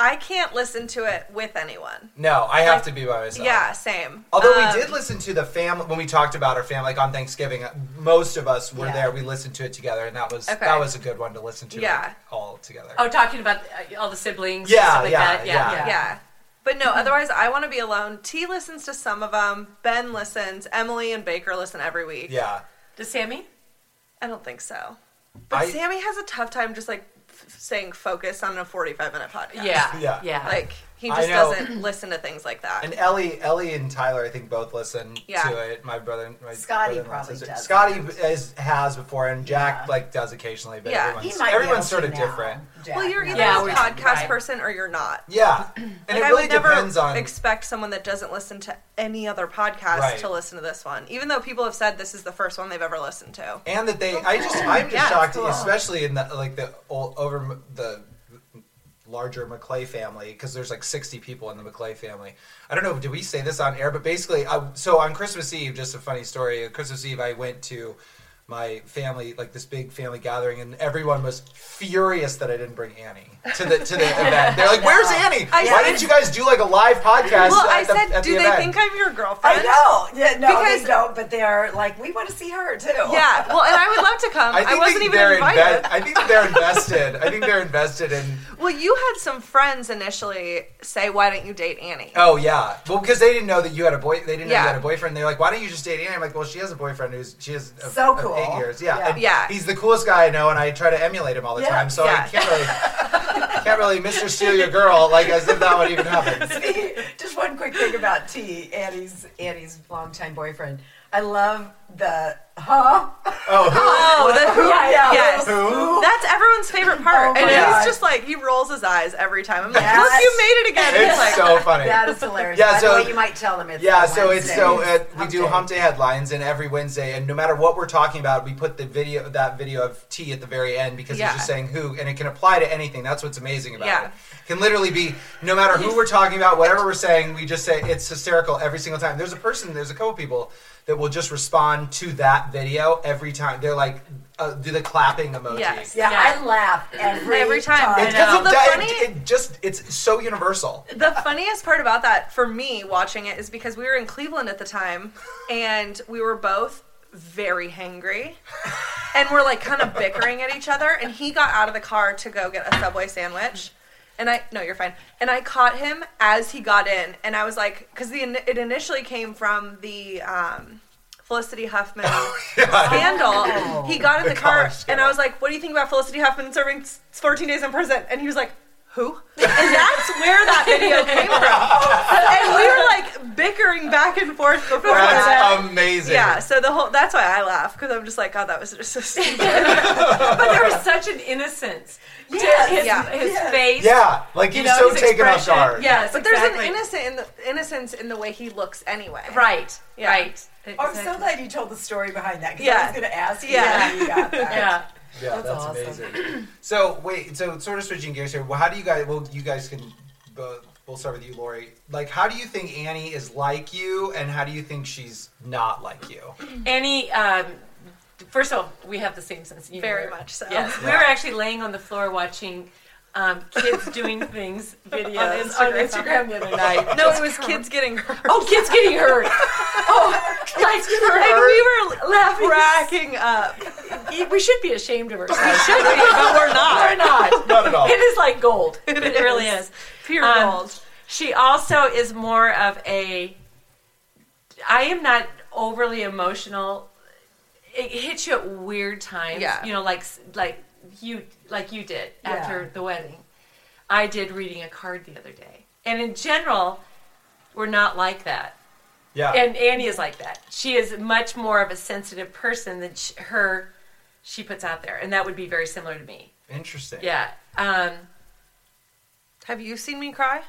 C: I can't listen to it with anyone.
D: No, I have to be by myself.
C: Yeah, same.
D: Although
C: Um,
D: we did listen to the family when we talked about our family, like on Thanksgiving, uh, most of us were
F: Yeah.
D: there. We listened to it together, and that was
C: Okay.
D: that was a good one to listen to.
C: Yeah.
D: like, all together.
E: Oh, talking about uh, all the siblings.
D: Yeah,
E: and stuff like
D: yeah,
E: that.
D: yeah.
E: yeah, yeah.
C: Yeah. But no, otherwise I want to be alone. T listens to some of them. Ben listens. Emily and Baker listen every week.
D: Yeah,
E: Does Sammy?
C: I don't think so. But
D: I-
C: Sammy has a tough time just like f- staying focused on a 45 minute podcast.
E: Yeah,
D: Yeah.
E: yeah, yeah.
C: Like he
D: I
C: just
D: know.
C: doesn't listen to things like that.
D: and Ellie, Ellie and Tyler, I think both listen
C: Yeah.
D: to it. My brother, and my
F: Scotty
D: brother-in-law
F: probably
D: says it.
F: doesn't.
D: Scotty is, has before, and Jack
F: Yeah.
D: like does occasionally, but
C: Yeah. He
D: everyone's,
F: He might be able
D: everyone's sort
F: to
D: of
F: now,
D: different.
F: Jack.
C: well, you're either
E: Yeah,
C: a
E: we-
C: podcast
E: right.
C: person or you're not.
D: Yeah, and
C: Like,
D: it
C: I
D: really
C: would never
D: depends on
C: expect someone that doesn't listen to any other podcast
D: Right.
C: to listen to this one, even though people have said this is the first one they've ever listened to.
D: and that they i just i'm just
C: Yeah, it's
D: shocked
C: cool.
D: especially in the like the old over the larger mcclay family because there's like 60 people in the mcclay family i don't know did we say this on air but basically I, so on christmas eve just a funny story on christmas eve i went to my family like this big family gathering and everyone was furious that i didn't bring annie to the to the event they're like where's annie why
C: I said-
D: didn't you guys do like a live podcast
C: well,
D: at
C: I
D: the-
C: said,
D: at
C: do
D: the
C: they
D: event?"
C: think I'm your girlfriend?
F: I know. Yeah, no,
C: Because-
F: they don't, but they are like, we want to see her too.
C: Yeah. Well, and I would love to come.
D: I,
C: I,
D: think
C: wasn't
D: that
C: even
D: they're
C: invited.
D: inve- I think that they're invested. I think they're invested in
C: Well, you had some friends initially say, "Why don't you date Annie?"
D: Oh yeah, well because they didn't know that you had a boy. They didn't know
C: Yeah.
D: you had a boyfriend. They're like, why don't you just date Annie? I'm like, well, she has a boyfriend who's she has a,
F: So
D: of
F: cool.
D: eight years. Yeah,
F: Yeah.
D: And
C: Yeah.
D: He's the coolest guy I know, and I try to emulate him all the
F: Yeah.
D: time. So
C: Yeah.
D: I can't really, can't really Mr. Steal Your Girl like as if that would even happen.
F: Just one quick thing about T, Annie's Annie's longtime boyfriend. I love the huh?
D: Oh, who-
C: Oh, the who?
E: Yeah, yeah.
C: Yes.
D: Who?
C: That's everyone's favorite part.
F: Oh
C: and
F: my
C: he's
F: God.
C: just like, he rolls his eyes every time. I'm like,
F: Yes.
C: look, you made it again. He's
D: it's
C: like,
D: so funny.
F: That is hilarious.
D: Yeah,
F: By
D: so-
F: the way, you might tell them it's
D: Yeah,
F: the
D: so it's so
F: Wednesdays.
D: uh, we do hump day headlines, and every Wednesday, and no matter what we're talking about, we put the video that video of T at the very end because
C: Yeah.
D: it's just saying who, and it can apply to anything. That's what's amazing about
C: Yeah.
D: it. Can literally be no matter who we're talking about, whatever we're saying, we just say it's hysterical every single time. There's a person, there's a couple people that will just respond to that video every time. They're like, uh, do the clapping emoji.
C: Yes.
F: Yeah,
E: Yeah.
F: I laugh every,
C: Every time.
D: It's
C: I know.
D: because
C: The
D: it,
C: funny-
D: it, it just it's so universal.
C: The funniest part about that for me watching it is because we were in Cleveland at the time and we were both very hangry. And we're like kind of bickering at each other. And he got out of the car to go get a Subway sandwich. And I, no, you're fine. And I caught him as he got in. And I was like, because it initially came from the um, Felicity Huffman Oh scandal. He got in Oh. the,
D: The college
C: car and
D: scandal.
C: I was like, what do you think about Felicity Huffman serving s- 14 days in prison? And he was like, who? And that's where that video came from. And we were like bickering back and forth before that.
D: That's amazing.
C: Yeah, so the whole that's why I laugh because I'm just like, God, that was just so stupid.
E: But there was such an innocence
F: Yes,
E: to his,
C: yeah.
E: his face.
D: Yeah, like he's
E: know,
D: so
E: his
D: taken off
E: expression.
D: guard.
E: Yes,
C: but there's
E: exactly.
C: an innocent in the innocence in the way he looks anyway.
E: Right.
C: Yeah.
E: Right.
F: I'm
E: Exactly.
F: so glad you told the story behind that because I
C: Yeah.
F: was going to ask you.
C: Yeah.
F: how you got that.
E: Yeah.
D: Yeah, that's,
F: That's awesome.
D: amazing. so wait, so sort of switching gears here. Well, how do you guys? Well, you guys can both. We'll start with you, Lori. Like, how do you think Annie is like you, and how do you think she's not like you?
E: Annie, um, first of all, we have the same sense of humor.
C: Very much so.
E: Yes. We were actually laying on the floor watching um, kids doing things videos on
C: Instagram.
E: Instagram, the other night.
C: No, it was kids getting hurt.
E: Oh, kids getting hurt. Oh, like,
C: and
E: like
C: we were
E: we
C: laughing, cracking up.
E: were. We should be ashamed of ourselves. We should be, but we're not. We're not.
D: Not at all.
E: It is like gold. It, really
C: is.
E: is.
C: Pure
E: Um,
C: gold.
E: She also is more of a. I am not overly emotional. It hits you at weird times.
C: Yeah.
E: You know, like like you like you did
F: Yeah.
E: after the wedding. I did reading a card the other day, and in general, we're not like that.
D: Yeah.
E: And Annie is like that. She is much more of a sensitive person than sh her she puts out there, and that would be very similar to me.
D: Interesting.
E: Yeah. Um,
C: Have you seen me cry?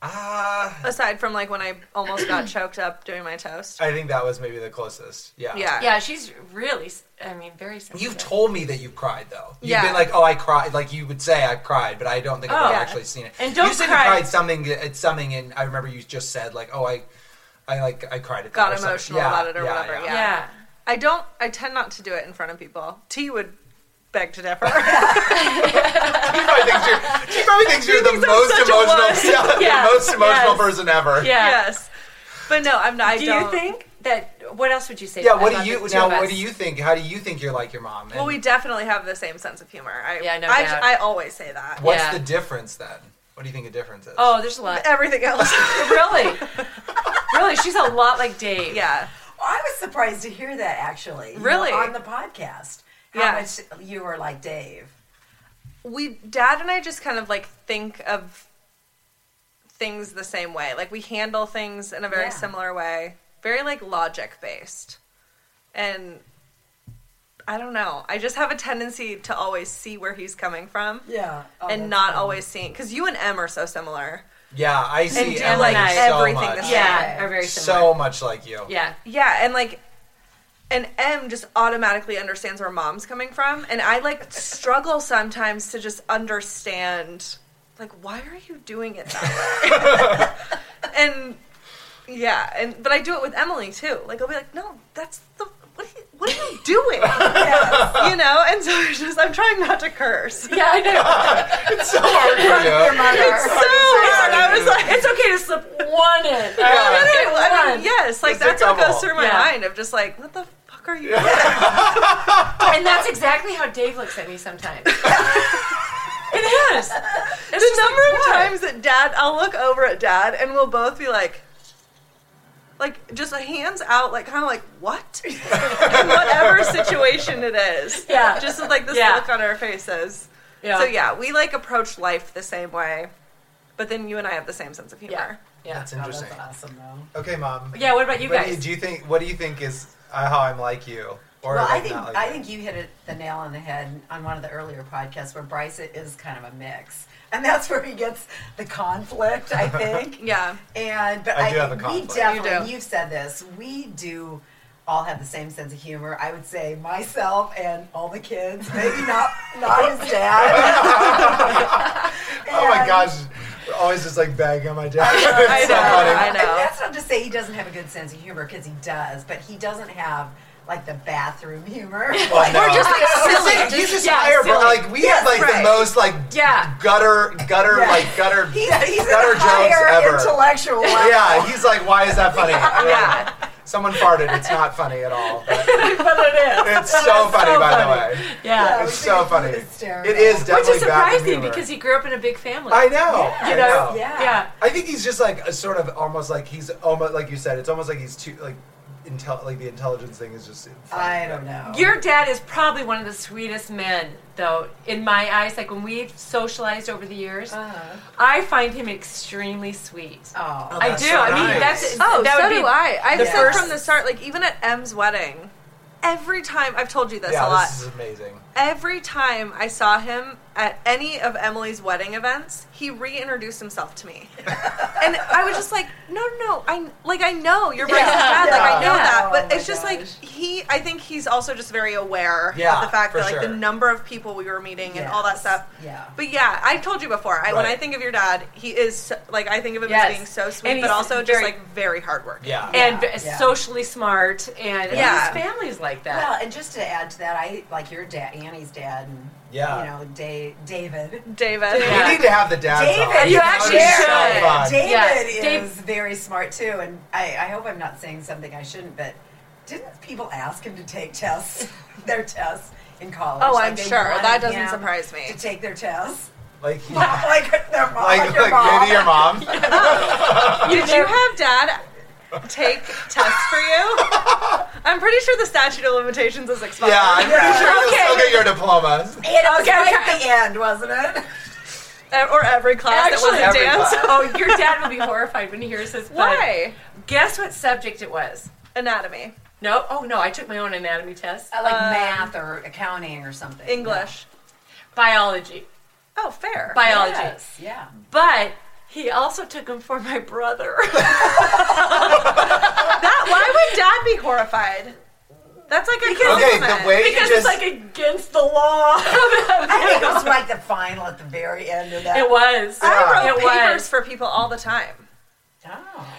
D: Ah,
C: Aside from like when I almost got choked up doing my toast.
D: I think that was maybe the closest. Yeah.
C: Yeah.
E: yeah, she's really. s- I mean, very sensitive.
D: You've told me that you cried though. You've
C: Yeah.
D: been like, "Oh, I cried." Like you would say, "I cried," but I don't think I've
E: Oh.
D: ever
E: Yeah.
D: actually seen it.
E: And don't
D: you said
E: cry.
D: you cried something at something, and I remember you just said like, "Oh, I, I like I cried." At that
C: Got
D: or something.
C: emotional about it or whatever, yeah.
E: Yeah.
C: I don't I tend not to do it in front of people. T would beg to differ.
D: She probably thinks you're, she probably thinks you're the
C: thinks I'm
D: most
C: such a wuss.
D: emotional, yeah,
E: Yeah.
D: the most emotional
E: Yes.
D: person ever.
E: Yeah.
C: yes. But no, I'm not I
E: Do
C: don't
E: you think that? What else would you say?
D: Yeah, what
E: about
D: do you
E: the two
D: now?
E: of us?
D: What do you think? How do you think you're like your mom? And
C: Well, we definitely have the same sense of humor. I,
E: Yeah, no
C: I,
E: doubt.
C: I always say that.
D: what's
E: yeah.
D: the difference then? What do you think the difference is?
E: Oh, there's a lot.
C: Everything else.
E: really, really, she's a lot like Dave.
C: yeah.
F: I was surprised to hear that actually. you know,
C: Really?
F: on the podcast, how
C: Yeah.
F: much you were like Dave.
C: We, dad and I just kind of like think of things the same way. Like we handle things in a very
F: Yeah.
C: similar way, very like logic based. And I don't know. I just have a tendency to always see where he's coming from
F: Yeah,
C: and not always seeing. Because you and Em are so similar.
D: yeah, I see.
E: do,
D: Emily
E: like,
D: so
C: everything
D: much,
C: the same.
E: Yeah, are very similar.
D: so much like you.
E: yeah,
C: Yeah, and like, and M just automatically understands where mom's coming from, and I like struggle sometimes to just understand, like, why are you doing it that way? and yeah, and but I do it with Emily too. Like I'll be like, no, that's the what are you, what are you doing? you know, and so it's just I'm trying not to curse.
E: yeah, I know.
D: It's so hard for you.
C: It's so hard. I was like.
E: it's okay to slip one in.
D: Yeah.
C: No,
E: Get
C: no, I
E: one.
C: mean, yes, like
D: Just a
C: that's what
D: couple.
C: goes through my
E: Yeah.
C: mind of just like, what the fuck are you? doing?
E: And that's exactly how Dave looks at me sometimes. it is. It's
C: the
E: just
C: number
E: like,
C: of
E: what?
C: times that dad i'll look over at dad and we'll both be like like just hands out like kind of like what in whatever situation it is
E: Yeah.
C: just with like this
E: Yeah.
C: look on our faces
E: Yeah.
C: so yeah we like approach life the same way but then you and i have the same sense of humor
E: Yeah. Yeah.
D: That's
F: Oh, that's
D: interesting.
F: awesome though.
D: Okay, mom.
E: yeah. What about you
D: What do you,
E: guys?
D: do you think? What do you think is uh, how I'm like you? Or
F: well, I
D: like
F: think
D: not like
F: I
D: you?
F: think you hit it the nail on the head on one of the earlier podcasts where Bryce is kind of a mix, and that's where he gets the conflict. I think.
C: yeah
F: And but
D: I
F: I,
D: do have a
F: think
D: conflict.
F: we
D: You
F: definitely
C: do.
F: you have said this. We do all have the same sense of humor. I would say myself and all the kids, maybe not not his dad.
D: Oh my
F: And- uh,
D: gosh, we're always just like banging on my dad.
C: I
D: It's so
C: know,
D: funny.
C: I know.
F: And that's not to say he doesn't have a good sense of humor because he does, but he doesn't have like the bathroom humor.
D: Well, no.
E: silly.
D: He's
E: Just-
D: just
E: yeah,
D: higher, bro.
E: silly.
D: Like we
F: Yes,
D: have like the
F: right.
D: most like
E: Yeah.
D: gutter, gutter,
F: Yeah.
D: like gutter,
F: he's, he's
D: gutter
F: a higher
D: jokes ever.
F: intellectual.
D: Yeah, he's like, why is that funny?
C: yeah
D: Someone farted. It's not funny at all. But
E: but it is.
D: it's so funny, by the way.
E: Yeah.
D: It's so funny.
F: hysterical.
D: It is
E: Which
D: definitely
E: is
D: back
E: surprising because he grew up in a big family.
D: I know. I
E: You
D: know.
E: know?
F: Yeah.
E: Yeah.
D: I think he's just like a sort of almost like he's almost like you said. It's almost like he's too like intel like the intelligence thing is just.
F: I don't know.
E: Your dad is probably one of the sweetest men, though, in my eyes. Like when we've socialized over the years, I find him extremely sweet.
F: oh.
E: I
D: that's
E: do.
D: so
E: I mean,
D: nice.
E: that's
C: Oh,
E: that
C: so
E: would be
C: do I. I've
E: the
C: said
E: first-
C: from the start, like even at M's wedding, every time I've told you this a
D: Yeah,
C: lot.
D: this is amazing.
C: every time I saw him at any of Emily's wedding events, he reintroduced himself to me, and I was just like, no, no, no, I like I know you're Bryce's
E: Yeah,
C: dad, like I
E: yeah.
C: know that,
F: Oh
C: but
F: my
C: it's just like
F: gosh.
C: he. I think he's also just very aware
D: Yeah,
C: of the fact
D: for
C: that like
D: sure.
C: the number of people we were meeting and all that
F: Yes,
C: stuff.
F: yeah.
C: But yeah, I've told you before. I, When
D: Right.
C: I think of your dad, he is so- like I think of him
E: Yes.
C: as being so sweet,
E: And
C: but
E: he's
C: also just
E: very-
C: like very hardworking.
D: Yeah.
E: and
F: Yeah,
E: v-
F: yeah.
E: socially smart, and
C: Yeah.
E: his family's like that.
F: Well, and just to add to that, I like your dad, Annie's dad, and
D: Yeah.
F: you know, da- David.
C: David.
E: Yeah.
D: We need to have the dads on.
F: David,
E: You
D: That
E: actually
D: would be
E: should.
D: So fun.
F: David
E: Yes,
F: is
E: Dave-
F: very smart too, and I, I hope I'm not saying something I shouldn't. But didn't people ask him to take tests, their tests in college?
C: Oh, I'm
F: they
C: sure.
F: wanted
C: That doesn't
F: him
C: surprise me.
F: To take their tests,
D: Like, he- like,
F: like their mom,
D: like,
F: your mom.
D: maybe your mom.
C: Did you have dad take tests for you? I'm pretty sure the statute of limitations is expired.
D: Yeah, I'm pretty
F: Yeah.
D: sure you'll still get your diplomas.
F: It was
E: Okay,
F: right
E: okay.
F: at the end, wasn't it?
C: Uh, Or every class
E: Actually,
C: that
D: every
C: wasn't dance.
D: class.
E: oh, your dad will be horrified when he hears this. but
C: Why?
E: Guess what subject it was?
C: Anatomy,
E: No. Oh no, I took my own anatomy test.
F: Uh, like math or accounting or something.
C: Um, English.
E: Biology.
C: Oh, fair.
F: No.
E: Biology.
F: Yes. Yeah.
E: But he also took them for my brother.
C: That why would dad be horrified? That's like a
D: Okay,
C: compliment.
D: the way you
E: because
D: just
E: it's like against the law.
F: I think it was like the final at the very end of that.
E: it was.
C: I
E: it
C: wrote papers
E: was.
C: for people all the time.
F: Oh.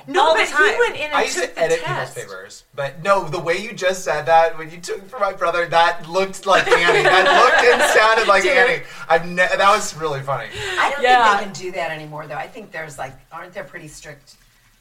E: No,
C: all the
E: but
C: time.
E: he went in and
D: I used
E: took
D: to
E: the
D: edit
E: test.
D: people's papers, but no, the way you just said that when you took for my brother, that looked like Annie. That looked and sounded like
E: Dude.
D: Annie. I've ne- that was really funny.
F: I don't
E: Yeah.
F: think they can do that anymore, though. I think there's like, aren't there pretty strict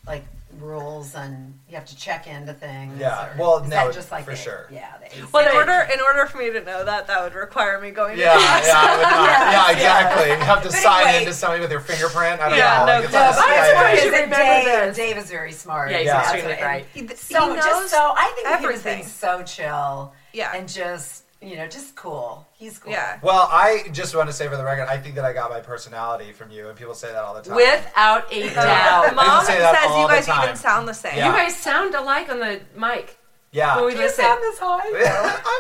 F: like rules and you have to check into things?
D: Yeah.
F: or
D: Well,
F: is
D: no,
F: that just like
D: for
F: the-
D: sure.
F: Yeah. The AC.
E: Well,
C: In
E: they-
C: order, in order for me to know that, that would require me going. to
D: Yeah,
C: class.
D: yeah, I would not. yeah, exactly. You have to
F: But
D: sign
F: anyway-
D: into somebody with your fingerprint. I don't
C: Yeah,
D: know.
C: no,
D: like, it's
C: no,
D: like a
C: but
E: I
D: CIA.
E: swear
F: But
E: you should
F: Dave,
E: remember this.
F: Dave is very smart.
E: Yeah, he's
D: Yeah.
E: extremely bright.
F: And
C: He-
F: So
C: he knows
F: just so I think
C: everything.
F: everything's so chill.
C: Yeah.
F: And just you know, just cool. He's cool.
C: Yeah.
D: Well, I just want to say for the record, I think that I got my personality from you, and people say that all the time.
E: Without a doubt.
D: Mom
C: Mom
D: used to say that
C: says
D: all
C: you
D: the
C: guys
D: time.
C: even sound the same.
E: You
D: Yeah.
E: guys sound alike on the mic when we
D: yeah,
F: You
E: listen.
F: sound this high.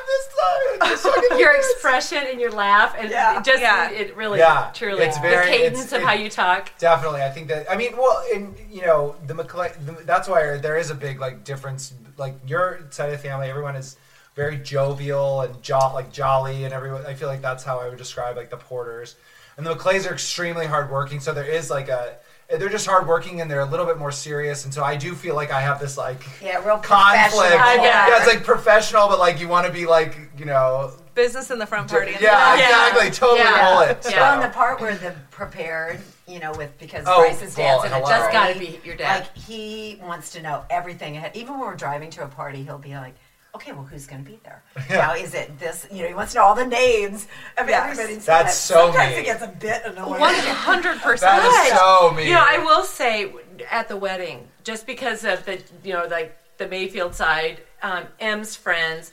D: I'm just sorry.
E: Your expression and your laugh and
F: Yeah.
E: it just
C: Yeah.
E: it really
D: Yeah.
E: truly
D: It's very-
E: the cadence
D: it's-
E: of
D: it-
E: how you talk.
D: Definitely, I think that. I mean, well, and you know, the McLean. The, that's why there is a big like difference. Like your side of the family, everyone is very jovial and jo- like jolly, and everyone. I feel like that's how I would describe like the Porters, and the McClays are extremely hardworking. So there is like a. They're just hardworking and they're a little bit more serious, and so I do feel like I have this like
F: Yeah, real professional.
D: conflict.
E: I get
D: Yeah, it's
E: it.
D: like professional, but like you want to be like you know,
C: Business in the front party. in the
D: yeah,
C: back.
E: Yeah.
D: exactly, totally
E: Yeah.
D: roll it.
E: Yeah.
D: so.
F: Well, and the part where the prepared, you know, with because
D: Oh,
F: Bryce's dad's
D: well,
F: an
D: hello.
F: attorney,
E: That's gotta be your dad.
F: Like he wants to know everything ahead. Even when we're driving to a party, he'll be like, "Okay, well, who's going to be there? Now, is it this? You know, he wants to know all the names of
C: Yes.
F: everybody. That's
D: so
F: Sometimes
D: me.
F: it gets a bit annoying.
C: One hundred
D: That
C: percent.
D: is so mean.
E: You know, I will say at the wedding, just because of the you know like the Mayfield side, um, M's friends,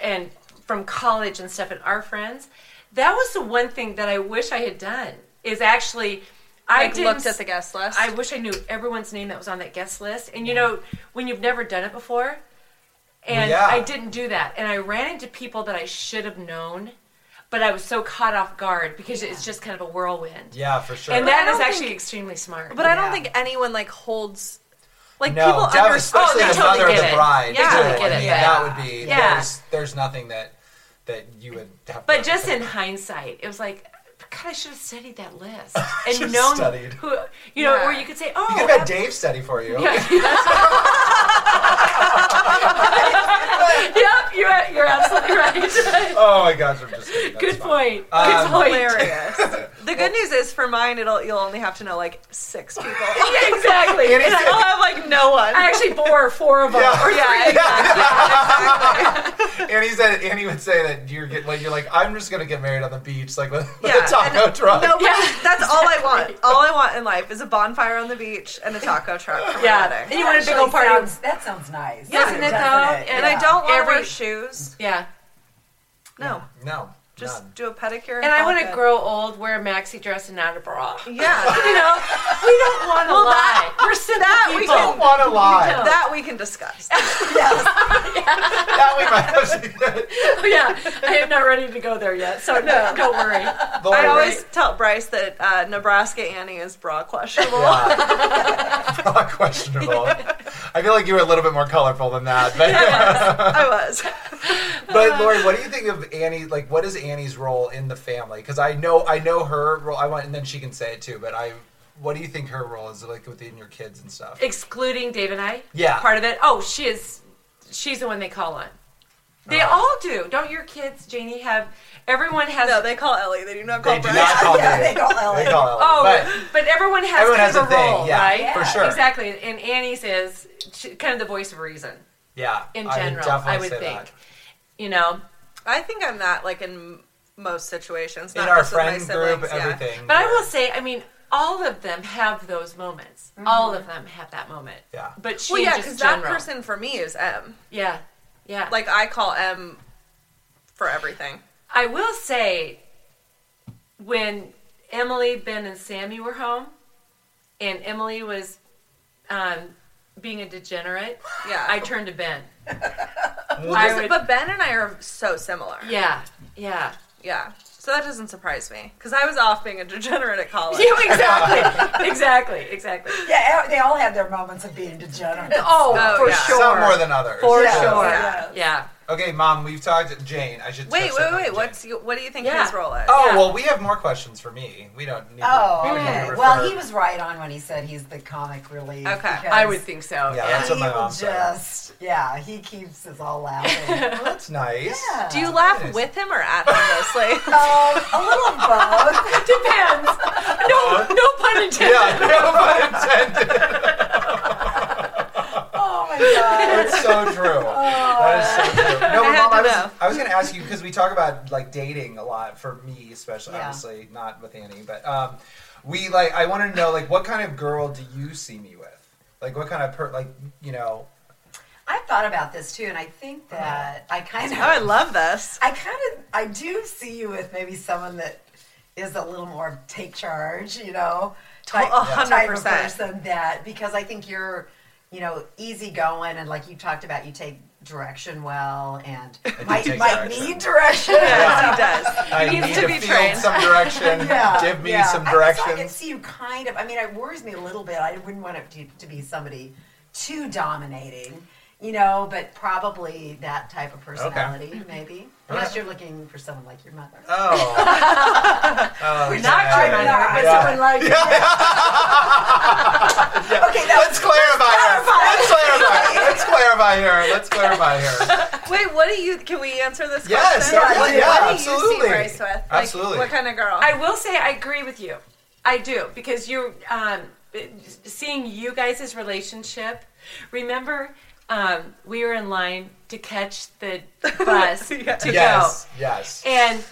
E: and from college and stuff, and our friends, that was the one thing that I wish I had done. Is actually, I
C: I
E: didn't
C: looked at the guest list.
E: I wish I knew everyone's name that was on that guest list. And you know, when you've never done it before,
D: Well,
E: and
D: yeah.
E: I didn't do that, and I ran into people that I should have known, but I was so caught off guard because it's just kind of a whirlwind.
D: yeah, for sure.
E: And
C: But I
E: that
C: don't
E: is actually
C: think-
E: extremely smart.
C: But I don't
F: Yeah.
C: think anyone like holds like
D: No,
C: people
D: that was
C: understand.
E: Oh,
D: especially
E: they
D: the
E: totally
D: mother of
E: get
D: the
E: it.
D: bride.
C: Yeah.
D: too.
E: Totally get
D: I
E: it,
D: mean,
E: yeah.
D: That would be
E: Yeah.
D: there's there's nothing that that you would have.
E: But just in hindsight, it was like, God, I should have studied that list and
D: Should've
E: known
D: studied.
E: who, you know,
C: Yeah.
E: or you could say, oh,
D: you could have had Dave study for you.
E: Yeah. yep, you're, right- you're absolutely right.
D: Oh my gosh, I'm just kidding. That's
E: Good
D: fine.
E: point. Good
D: Um,
E: point.
C: hilarious. The good news is for mine, it'll you'll only have to know like six people.
E: yeah, exactly.
D: Annie
E: And I,
D: said-
C: I'll have like no one.
E: I actually bore four of them.
D: Yeah.
E: Or yeah, exactly.
D: Annie said Annie would say that you're get, like you're like I'm just gonna get married on the beach like with, with
C: Yeah,
D: a taco truck.
C: No, but
E: Yeah,
C: that's all I want. All I want in life is a bonfire on the beach and a taco truck for my
E: yeah.
C: wedding.
E: And you want a big old
F: Actually
E: party.
F: sounds- that sounds nice.
E: Doesn't it, though?
F: Doesn't it?
C: And I
F: Yeah.
C: don't want to wear
E: Every-
C: shoes.
E: yeah.
C: No,
D: no,
C: just
D: none.
C: do a pedicure.
E: And I want
C: vodka.
E: to grow old, wear a maxi dress, and not a bra.
C: Yeah,
E: You know, we don't want to
C: Well,
E: lie.
C: that-
E: We're simple
C: that we
E: people.
D: don't want to lie.
C: that we can discuss.
D: that we might have to-
E: yeah, I am not ready to go there yet, so no, don't worry.
D: Lord,
C: I always tell Bryce that uh, Nebraska Annie is bra questionable.
D: Yeah. Not questionable. I feel like you were a little bit more colorful than that. But,
C: I was.
D: but Lori, what do you think of Annie? Like, what is Annie's role in the family? Because I know, I know her role. I want, and then she can say it too. But I, what do you think her role is like within your kids and stuff?
E: Excluding Dave and I,
D: Yeah.
E: part of it. Oh, she is. She's the one they call on. They
D: Oh.
E: all do. Don't your kids, Janie, have? Everyone has.
C: No, they call Ellie. They do not call
D: They do
C: Bryce.
D: not call
F: Yeah,
D: me.
F: they call Ellie.
D: They call Ellie.
E: Oh,
D: but
E: but, everyone has
D: everyone
E: kind
D: has
E: of
D: a thing.
E: role,
D: yeah,
E: right?
D: for sure.
E: Exactly. And Annie's is she- kind of the voice of reason
D: Yeah,
E: in
D: I would
E: general.
D: definitely
E: I would
D: say
E: think.
D: that.
E: You know,
C: I think I'm that like in most situations,
D: in
C: not
D: our
C: just with my
D: friend
C: siblings.
D: group,
C: yeah.
D: everything.
E: But I
D: yeah.
E: will say, I mean, all of them have those moments. All of them have that moment.
D: Mm-hmm. Yeah.
E: But she
C: Well, yeah,
E: just
C: because that
E: general.
C: person for me is M.
E: Yeah. Yeah.
C: Like I call M for everything.
E: I will say, when Emily, Ben, and Sammy were home, and Emily was um, being a degenerate,
C: Yeah.
E: I turned to Ben.
C: well,
E: I
C: just-
E: would-
C: but Ben and I are so similar. Yeah.
E: Yeah. Yeah.
C: So that doesn't surprise me because I was off being a degenerate at college.
E: You exactly. exactly. Exactly.
F: Yeah, they all have their moments of being degenerate.
E: Oh,
C: Oh,
E: for
C: yeah.
E: sure.
D: some more than others.
E: for
F: Yeah,
E: sure.
F: yeah.
E: Yeah.
D: Okay, mom, we've talked. Jane, I should.
C: Wait,
D: touch
C: wait,
D: on
C: wait.
D: Jane.
C: What's you, what do you think
E: Yeah.
C: his role is?
D: Oh
E: Yeah.
D: well, we have more questions for me. We don't need. we
F: Oh,
D: don't need to
F: okay.
D: refer-
F: Well, he was right on when he said he's the comic relief.
C: Okay.
F: because
E: I would think so.
D: Yeah,
E: yeah.
D: that's
F: He
D: what my
F: will
D: mom said.
F: just, yeah, he keeps us all laughing.
D: Well, that's nice.
F: Yeah.
C: Do you laugh
D: Yes.
C: with him or at him mostly?
F: um, a little of both.
E: Depends. No, no pun intended.
D: Yeah, no pun intended.
F: Oh my god.
D: That's so true. That is so true. No, but
C: Oh. had
D: mom,
C: to
D: I was,
C: know.
D: I was going to ask you because we talk about like dating a lot for me, especially
F: Yeah.
D: obviously not with Annie, but um, we like I want to know like what kind of girl do you see me with? Like what kind of per like you know?
F: I've thought about this too, and I think
C: Uh-huh.
F: that I kind of,
C: oh, I love this.
F: I kind of, I do see you with maybe someone that is a little more take charge, you know, type,
C: a hundred
F: type of
C: percent.
F: person that because I think you're, you know, easygoing and like you talked about, you take direction well and
D: do
F: might
D: take
F: might
D: direction.
F: need direction.
C: Yes, he does.
D: I
C: needs
D: need
C: to
D: to
C: be
D: feel
C: trained.
D: some direction.
F: Yeah,
D: Give me
F: yeah.
D: some
F: I- so I, can
D: directions.
F: see you kind of. I mean, it worries me a little bit. I wouldn't want it to, to be somebody too dominating, you know, but probably that type of personality, maybe. Unless
D: right.
F: you're looking for someone like your mother.
D: Oh. Oh,
F: Which
E: not
F: I-
E: your
F: I-
E: mother,
F: I-
E: but
F: yeah.
E: someone like
F: Okay, that
D: Let's clarify here. Let's clarify. Let's clarify here. Let's clarify here.
C: Wait, what do you? Can we answer this
D: Yes,
C: question?
F: yeah,
C: What-
F: yeah,
C: what do you
D: absolutely.
C: see Bryce with? Like,
D: Absolutely.
C: What kind of girl?
E: I will say I agree with you. I do because you're um, seeing you guys' relationship. Remember, um, we were in line to catch the bus
C: Yeah.
E: to
D: Yes.
E: go,
D: Yes.
E: and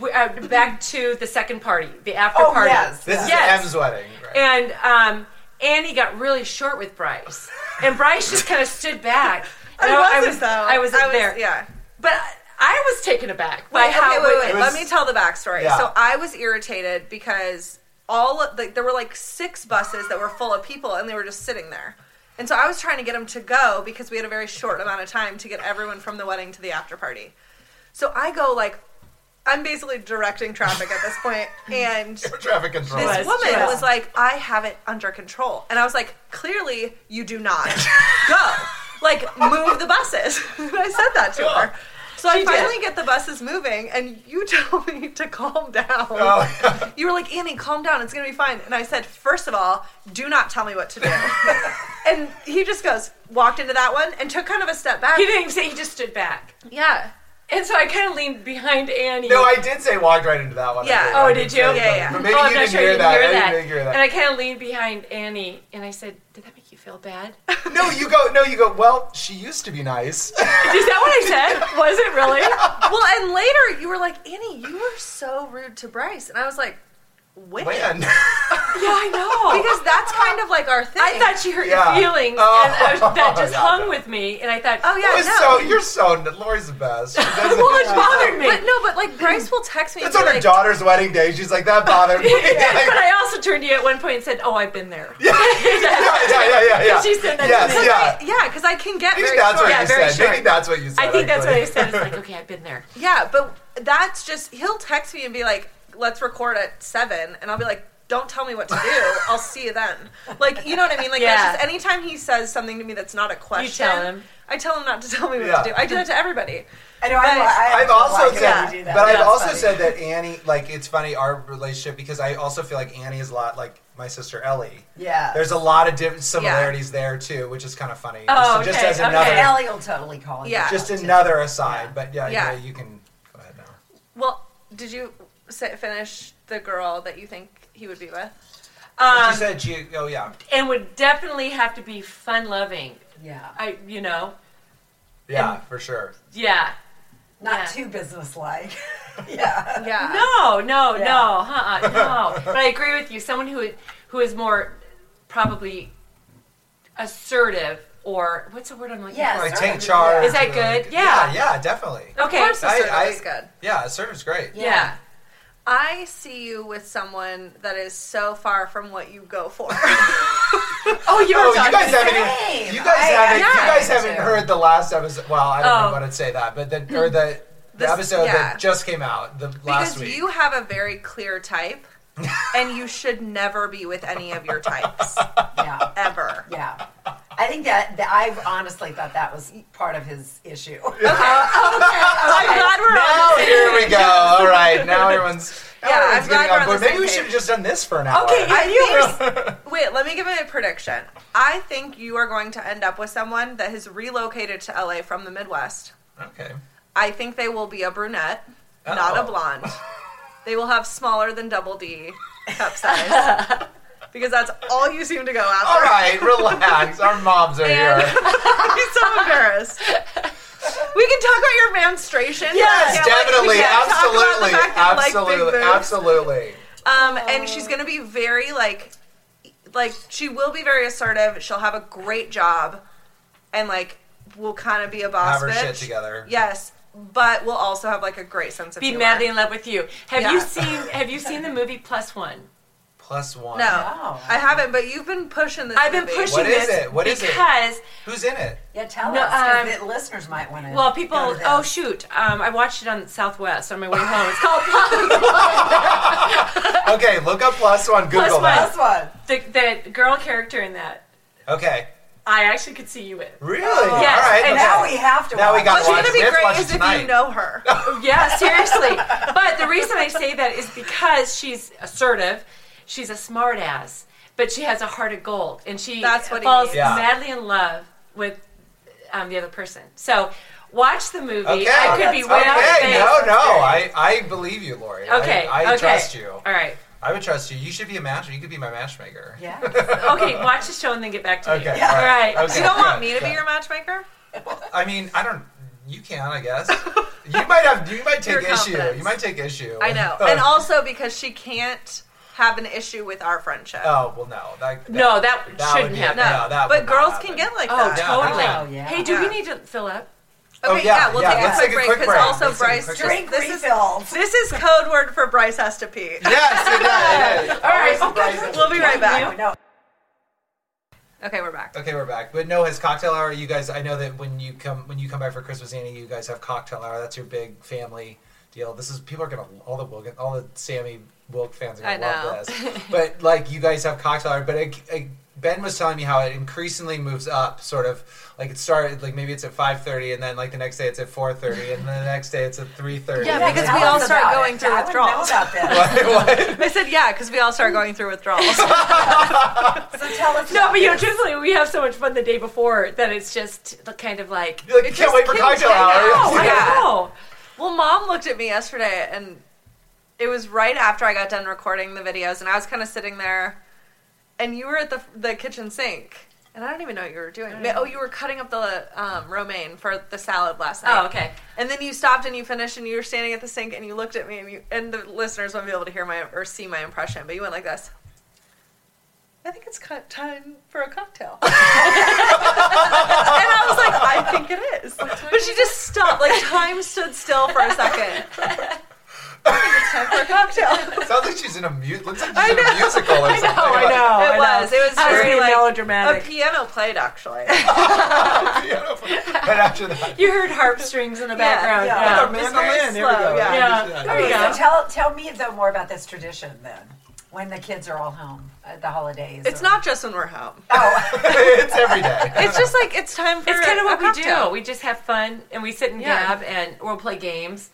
E: we, uh, back to the second party, the after
F: Oh,
E: party.
F: yes.
D: This is
E: Yes.
D: M's wedding. Right?
E: And um, Annie got really short with Bryce, and Bryce just kind of stood back. And
C: I wasn't
E: was
C: though.
E: I was there,
C: Yeah.
E: but I was taken aback by
C: Wait,
E: how
C: okay, wait, wait.
D: was-
C: Let me tell the backstory.
D: Yeah.
C: So I was irritated because all of, like there were like six buses that were full of people and they were just sitting there. And so I was trying to get them to go because we had a very short amount of time to get everyone from the wedding to the after party. So I go like I'm basically directing traffic at this point and
D: Traffic control.
C: this
E: Yes,
C: woman
E: yes.
C: was like, I have it under control. And I was like, clearly you do not. Go. Like, move the buses. I said that to her. So I
E: She did.
C: finally get the buses moving, and you tell me to calm down.
D: Oh, yeah.
C: You were like, Annie, calm down. It's going to be fine. And I said, first of all, do not tell me what to do. and he just goes, walked into that one and took kind of a step back.
E: he didn't even say he just stood back.
C: Yeah.
E: And so I kind of leaned behind Annie.
D: No, I did say walked right into that one. I
C: Yeah.
D: think.
E: Oh,
D: I
E: did
D: say
E: you?
D: that.
C: Yeah, yeah.
D: But maybe
E: oh,
D: you didn't hear that. I didn't really hear
E: And I
D: that.
E: kind of leaned behind Annie and I said, "Did that make you feel bad?" Is
D: No, you go. No, you go. Well, she used to be nice.
E: that what I said? Was it really?
C: Well, and later you were like, Annie, you were so rude to Bryce, and I was like, when?
D: When?
E: Yeah, I know.
C: Because that's kind of like our thing.
E: I thought she hurt
D: Yeah. Oh.
E: your feelings, and I was, that just
D: Yeah.
E: hung with me. And I thought,
C: Oh
D: That
C: yeah,
D: was
C: no.
D: so you're so. Lori's the best. She doesn't-
E: well, it bothered me.
C: But no, but like Bryce will text me. and
D: That's on
C: be
D: her
C: like,
D: daughter's wedding day. She's like, that bothered me. Like,
E: but I also turned to you at one point and said, "Oh, I've been there."
D: yeah, yeah, yeah, yeah, yeah.
E: She said that to
D: Yes,
E: me.
D: yeah.
C: Yeah, because I can get
D: Maybe
C: very
D: that's what
C: short.
E: Yeah,
D: you
E: very
D: said.
E: short.
D: Maybe that's what you said.
E: I think that's what I
D: actually.
E: said. It's like, okay, I've been there.
C: Yeah, but that's just he'll text me and be like, "Let's record at 7 and I'll be like, "Don't tell me what to do. I'll see you then." Like, you know what I mean? Like,
E: Yeah.
C: that's just anytime he says something to me that's not a question,
E: tell him.
C: I tell him not to tell me what
D: Yeah.
C: to do. I do that to everybody.
F: I know. I, I, I
D: I've also
F: like it
D: said,
F: when you do that.
D: but I've
E: That's
D: also
E: funny.
D: said that Annie, like, it's funny our relationship because I also feel like Annie is a lot like my sister Ellie.
F: yeah.
D: There's a lot of different similarities there too, which is kind of funny.
E: Oh,
D: just,
E: okay,
D: just as
E: okay.
D: another,
F: Ellie will totally call it.
C: Yeah.
D: just another aside. But yeah,
C: Yeah.
D: yeah, you can go ahead now.
C: Well, did you say, finish the girl that you think he would be with?
E: Um,
D: she said, "You, oh yeah,
E: and would definitely have to be fun loving.
F: Yeah.
E: I, you know,
D: yeah, for sure."
E: yeah.
F: Not
E: Yeah.
F: too businesslike. yeah.
C: Yeah.
E: No, no,
F: Yeah.
E: no, uh-uh, no. but I agree with you. Someone who who is more probably assertive or what's the word I'm looking
F: Yes.
D: Like,
F: Assertive,
D: take charge.
E: Is that
D: like-
E: good? Yeah. Oh,
D: yeah, yeah, definitely.
E: for? Okay.
C: Of course, the
D: I-
C: service
D: I-
C: is good.
D: Yeah, assertive's great.
E: yeah.
F: Yeah.
C: I see you with someone that is so far from what you go for.
E: Oh, you were
D: Oh, you
E: talking
D: guys
E: to
D: haven't.
F: same.
D: Even, you guys
F: I-
D: haven't.
C: yeah.
D: you guys haven't heard the last episode. Well, I don't
E: Oh.
D: know what I'd say that, but the or the, the
C: This-
D: episode
C: yeah.
D: that just came out the last
C: because
D: week.
C: you have a very clear type, and you should never be with any of your types
F: Yeah.
C: ever.
F: Yeah. I think that, that I honestly thought that was part of his issue.
C: I'm glad we're on.
D: now Oh, here we go. All right, now everyone's. now
C: Yeah, I'm
D: everyone's
C: glad
D: getting
C: we're
D: on
C: on
D: board.
C: the
D: Maybe
C: same
D: we
C: page.
D: should have just done this for an hour.
E: Okay,
C: I
E: you
C: think. Wait, let me give a prediction. I think you are going to end up with someone that has relocated to LA from the Midwest.
D: Okay.
C: I think they will be a brunette, not a
D: Uh-oh.
C: blonde. They will have smaller than double D cup size. because that's all you seem to go
D: All
C: after.
D: right, relax. Our moms are
C: And-
D: here.
C: I'm so embarrassed. We can talk about your menstruation.
D: Yes,
C: Yeah, like,
D: definitely,
C: we can talk about
D: absolutely,
C: the fact that you like big
D: absolutely,
C: boobs.
D: absolutely.
C: Um, and she's gonna be very like, like she will be very assertive. She'll have a great job, and like will kind of be a
D: Have
C: boss.
D: her
C: bitch.
D: shit together.
C: Yes, but will also have like a great sense of
E: be
C: humor.
E: madly in love with you. Have
C: Yeah.
E: you seen Have you seen the movie Plus One?
D: Plus one.
C: No,
F: Wow.
C: I haven't. But you've been pushing this.
E: I've been
C: movie.
E: pushing
D: What is
E: this
D: it? What is it?
E: because
D: Who's in it?
F: yeah, tell
E: No,
F: us. 'cause
E: um,
F: the listeners might want to.
E: well, people. Oh shoot! Um, I watched it on Southwest on my way home. It's called Plus One.
D: Okay, look up plus one. Google
E: Plus
D: that.
F: This one.
E: The, the girl character in that
D: Okay.
E: I actually could see you in.
D: Really?
E: Yes,
D: All right. okay.
E: and
F: Now we have to.
D: Now we
F: watch.
D: got
C: What's
D: one.
C: gonna be
D: Let's watch
C: great is if
D: tonight.
C: you know her.
E: Yeah, seriously. but the reason I say that is because she's assertive, she's a smartass, but she has a heart of gold, and she
C: That's what he
E: falls
C: needs.
D: Yeah.
E: madly in love with um, the other person. So watch the movie.
D: Okay.
E: I could be way
D: okay.
E: out of base.
D: No, no. I, I believe you, Lori.
E: Okay.
D: I, I
E: okay.
D: trust you.
E: All right.
D: I would trust you. You should be a match. You could be my matchmaker.
F: Yeah.
E: Okay, watch the show and then get back to me.
D: Okay.
E: All right.
D: Okay,
C: You don't want
D: good,
C: me to be
D: good.
C: your matchmaker?
D: I mean, I don't. You can, I guess. you might have. You might
C: Your
D: take issue.
C: confidence.
D: You might take issue. Uh,
C: I know. And also because she can't have an issue with our friendship.
D: oh well, no. That, that-
E: No, that
D: would
E: shouldn't
D: be-
E: happen.
C: no,
D: no, that
C: but
D: would not
C: girls
D: happen.
C: can get like
E: Oh,
C: that.
E: totally.
F: Oh, yeah.
E: Hey, do we
C: Yeah.
E: need to fill up?
C: Okay,
D: Oh,
C: yeah,
D: yeah,
C: we'll
D: yeah,
C: take,
D: let's
C: a,
D: take a
C: quick
D: quick
C: break because
D: break.
C: also
D: Let's take a
C: Bryce
D: quick
C: just-
F: Drink
C: this is
F: refills.
C: this is code word for Bryce has to pee.
D: Yes, it does.
E: All right.
C: We'll be right
F: No,
C: back.
F: no.
C: Okay, we're back.
D: Okay, we're back. But no, his cocktail hour. You guys, I know that when you come when you come back for Christmas, Annie, you guys have cocktail hour. That's your big family deal. This is people are gonna all the Wilk, all the Sammy Wilk fans are gonna
C: I know.
D: love this. but like, you guys have cocktail hour. But it, it, Ben was telling me how it increasingly moves up. Sort of like it started like maybe it's at five thirty, and then like the next day it's at four thirty, and then the next day it's at three thirty.
C: Yeah, because we
F: Tell
C: all
F: us
C: start
F: about
C: going
F: it.
C: through
F: I wouldn't
C: withdrawals.
F: Know about this.
C: I said yeah because we all start going through withdrawals.
F: so tell us.
E: No,
F: about
E: but you know,
F: this.
E: truthfully, we have so much fun the day before that it's just the kind of like.
D: You're like, you can't wait for cocktail hour.
E: Oh,
C: Yeah.
E: I know.
C: Well, mom looked at me yesterday, and it was right after I got done recording the videos, and I was kind of sitting there, and you were at the the kitchen sink, and I don't even know what you were doing. Oh, you were cutting up the um, romaine for the salad last night.
E: Oh, okay.
C: And then you stopped and you finished, and you were standing at the sink, and you looked at me, and you and the listeners won't be able to hear my or see my impression, but you went like this. I think it's cut time for a cocktail. and I was like, I think it is. But she just stopped. Like, time stood still for a second. I think it's time for a cocktail.
D: Sounds like she's in a mu- looks like she's in a musical or something.
G: I know.
C: It
G: I know.
C: was. It was
G: I
C: very,
G: being
C: like,
G: melodramatic.
C: A piano played, actually.
D: and after that,
G: you heard harp strings in the background.
C: yeah.
D: yeah,
G: Yeah.
D: oh,
C: It's
D: mandolin.
C: very
D: Here we go.
C: slow, yeah.
D: Yeah.
G: There you
F: Okay,
G: go.
F: so tell tell me though more about this tradition then, when the kids are all home at the holidays.
C: It's
F: or-
C: not just when we're home.
F: Oh,
D: it's every day.
C: It's just like, it's time for
E: It's kind
C: a-
E: of what
C: a
E: we do.
C: cocktail.
E: We just have fun and we sit and
C: Yeah.
E: gab and we'll play games.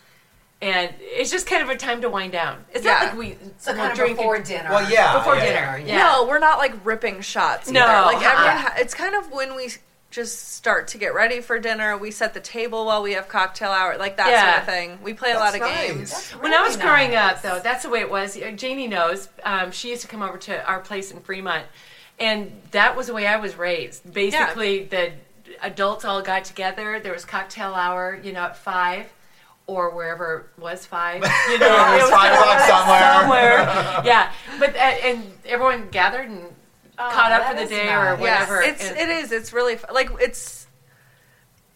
E: And it's just kind of a time to wind down. It's
C: Yeah.
E: not like we
F: so
E: we're
F: kind of
E: drinking-
F: before dinner.
D: Well, yeah.
E: before
D: yeah,
E: dinner.
D: yeah.
E: Yeah.
C: No, we're not like ripping shots.
E: No.
C: either. like everyone.
E: Uh-uh.
C: Ha- it's kind of when we just start to get ready for dinner. We set the table while we have cocktail hour, like that
E: Yeah.
C: sort of thing. We play a lot of games.
D: Nice.
E: When I was
F: Really
E: growing
F: nice.
E: up, though, that's the way it was. Uh, Janie knows. Um, she used to come over to our place in Fremont, and that was the way I was raised. Basically, the adults all got together. There was cocktail hour, you know, at five, or wherever it was five. You know,
D: It was five o'clock somewhere.
E: somewhere. yeah, but uh, and everyone gathered and caught up for
F: Oh, that
E: the
F: is
E: day or
F: nice.
E: whatever.
C: Yeah, it's
E: and-
C: it is. It's really fu- like it's,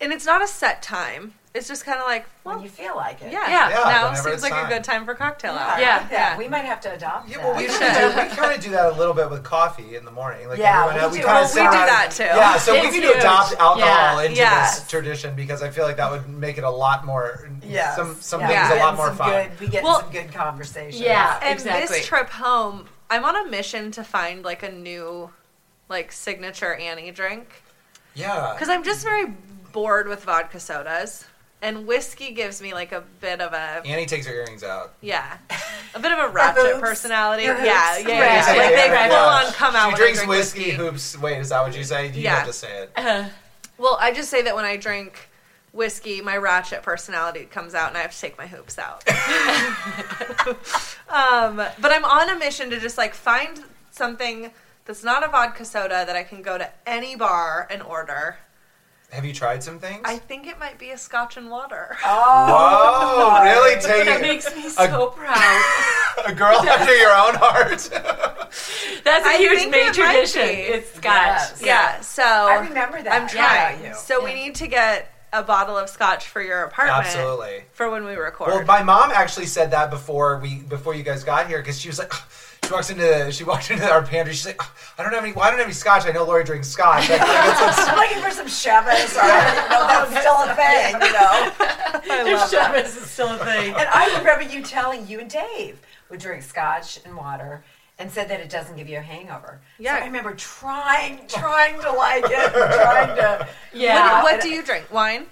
C: and it's not a set time. It's just kind of like well,
F: when you feel like it.
C: yeah,
E: Yeah,
C: yeah. Now
D: whenever
C: seems
D: it's
C: like
D: time.
C: a good time for cocktail
F: I
C: hour.
E: Yeah.
F: like that.
C: Yeah.
F: We might have to adopt.
D: Yeah, well, we
F: that.
C: You
D: kind, of do,
C: should.
D: we kind of do that a little bit with coffee in the morning. Like
F: Yeah,
D: everyone
F: we
D: else-
F: do.
D: kinda
F: Well,
D: separate-
C: We do that too.
D: Yeah, so
E: It's
D: we need to adopt
E: huge.
D: alcohol
E: Yeah,
D: into
C: yes.
D: this tradition because I feel like that would make it a lot more.
F: Yes.
D: Some some
F: Yeah.
D: things
C: Yeah.
D: a lot
F: Getting
D: more
F: some
D: fun.
F: Good, we get
C: Well-
F: some good conversations.
E: Yeah.
C: And
E: Exactly.
C: this trip home, I'm on a mission to find like a new, like signature Annie drink.
D: Yeah.
C: Because I'm just very bored with vodka sodas, and whiskey gives me like a bit of a
D: Annie takes her earrings out.
C: yeah, a bit of a ratchet
F: hoops.
C: personality.
F: Your
C: Yeah,
F: hoops.
C: yeah, yeah. yeah.
E: Ratchet.
C: Like they
E: Yeah.
C: full on come out.
D: She
C: when
D: drinks
C: I drink
D: whiskey, hoops. Wait, is that what you say? You
C: Yeah.
D: have to say it.
C: Well, I just say that when I drink whiskey, my ratchet personality comes out, and I have to take my hoops out. um, but I'm on a mission to just like find something that's not a vodka soda that I can go to any bar and order.
D: Have you tried some things?
C: I think it might be a Scotch and water.
D: Whoa! Oh, really
E: That
D: taking
E: makes me so proud.
D: a girl after your own heart.
E: That's a
C: I
E: huge
C: think
E: main
C: it might
E: tradition.
C: be.
E: It's Scotch.
F: Yes.
C: Yeah, so
F: I remember that.
C: I'm trying.
F: Yeah.
C: So we need to get a bottle of scotch for your apartment.
D: Absolutely.
C: For when we record.
D: Well, my mom actually said that before we before you guys got here because she was like. "Ugh." She walks into the, she walked into our pantry. She's like, "Ugh, I don't have any. Well, I don't have any scotch. I know Lori drinks scotch. Like, it's like-
F: I'm looking for some Chavez. Or I didn't know that was still a thing, you know.
E: If Chavez is still a thing.
F: And I remember you telling you and Dave would drink scotch and water and said that it doesn't give you a hangover.
C: Yeah.
F: So I remember trying, trying to like it, trying to.
E: Yeah.
C: what, what do you drink? Wine?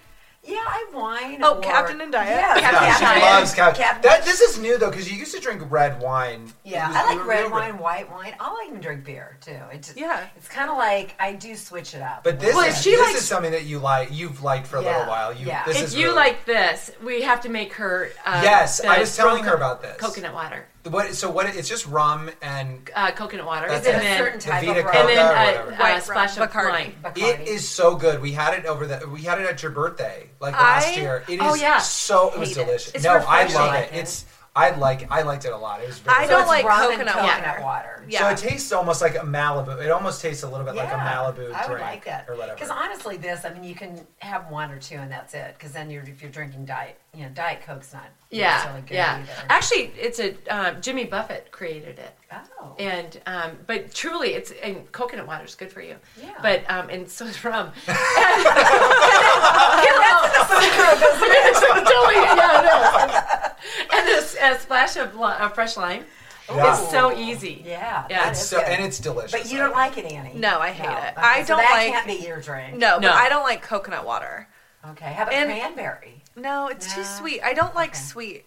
F: Yeah, I wine.
C: Oh,
F: or-
C: Captain and Diet?
F: Yeah,
E: Captain
D: Yeah,
E: and
D: she
E: Captain.
D: loves Captain.
F: Captain.
D: That this is new though because you used to drink red wine.
F: Yeah,
D: It was-
F: I
D: we
F: like
D: were
F: red
D: real-
F: wine, white wine. I'll even drink beer too. It's just,
C: Yeah.
F: It's kind of like I do switch it up.
D: But this,
E: Well,
D: is,
E: she
D: this
E: likes-
D: is something that you like. You've liked for a
F: Yeah,
D: little while. You,
F: yeah.
D: this
E: if
D: is
E: you
D: really-
E: like this, we have to make her. Uh,
D: Yes,
E: the
D: I was telling
E: rum
D: her
E: co-
D: about this.
E: Coconut water.
D: What? So what? It's just rum and
E: Uh, coconut water.
D: That's
F: Is it
E: and
F: a
E: then,
F: certain type
D: Vita
F: of rum?
E: and then
D: Coca or
E: uh,
D: whatever.
E: uh,
C: White rum,
E: splash of
C: Bacardi.
E: wine.
F: Bacardi.
D: It is so good. We had it over the. We had it at your birthday, like last
C: I-
D: year. It is
E: oh, yeah.
D: so. It was
E: Hate it.
D: delicious.
C: It's
D: no,
C: refreshing.
D: I love
F: Like
D: it.
F: it.
D: It's. I like. I liked it a lot. It was. Very
C: I
F: So
C: don't
F: it's
C: like
F: rum and
C: coconut water.
F: water.
C: Yeah.
D: So it tastes almost like a Malibu. It almost tastes a little bit like a Malibu
F: I would
D: drink
F: like that
D: or whatever.
F: Because honestly, this I mean, you can have one or two, and that's it. Because then you're if you're drinking diet, you know, diet coke's not
E: Yeah,
F: really good
E: yeah.
F: either.
E: Actually, it's a um, Jimmy Buffett created it.
F: Oh,
E: And um, but truly, it's and coconut water is good for you.
F: Yeah.
E: But um, and so is rum. totally, yeah, it is. And this a splash of, li- of fresh lime.
D: Yeah.
E: It's so easy.
F: yeah,
E: Yeah,
F: that
E: it's
F: is
D: so
F: good.
D: and it's delicious.
F: But you don't like it, Annie.
C: No, I hate it.
F: Okay,
C: I
F: so
C: don't
F: that
C: like-
F: Can't be your drink.
C: No,
E: No.
C: but I don't like coconut water.
F: Okay. How about
C: And-
F: cranberry?
C: No, it's too
F: No.
C: sweet. I don't like
F: Okay.
C: sweet.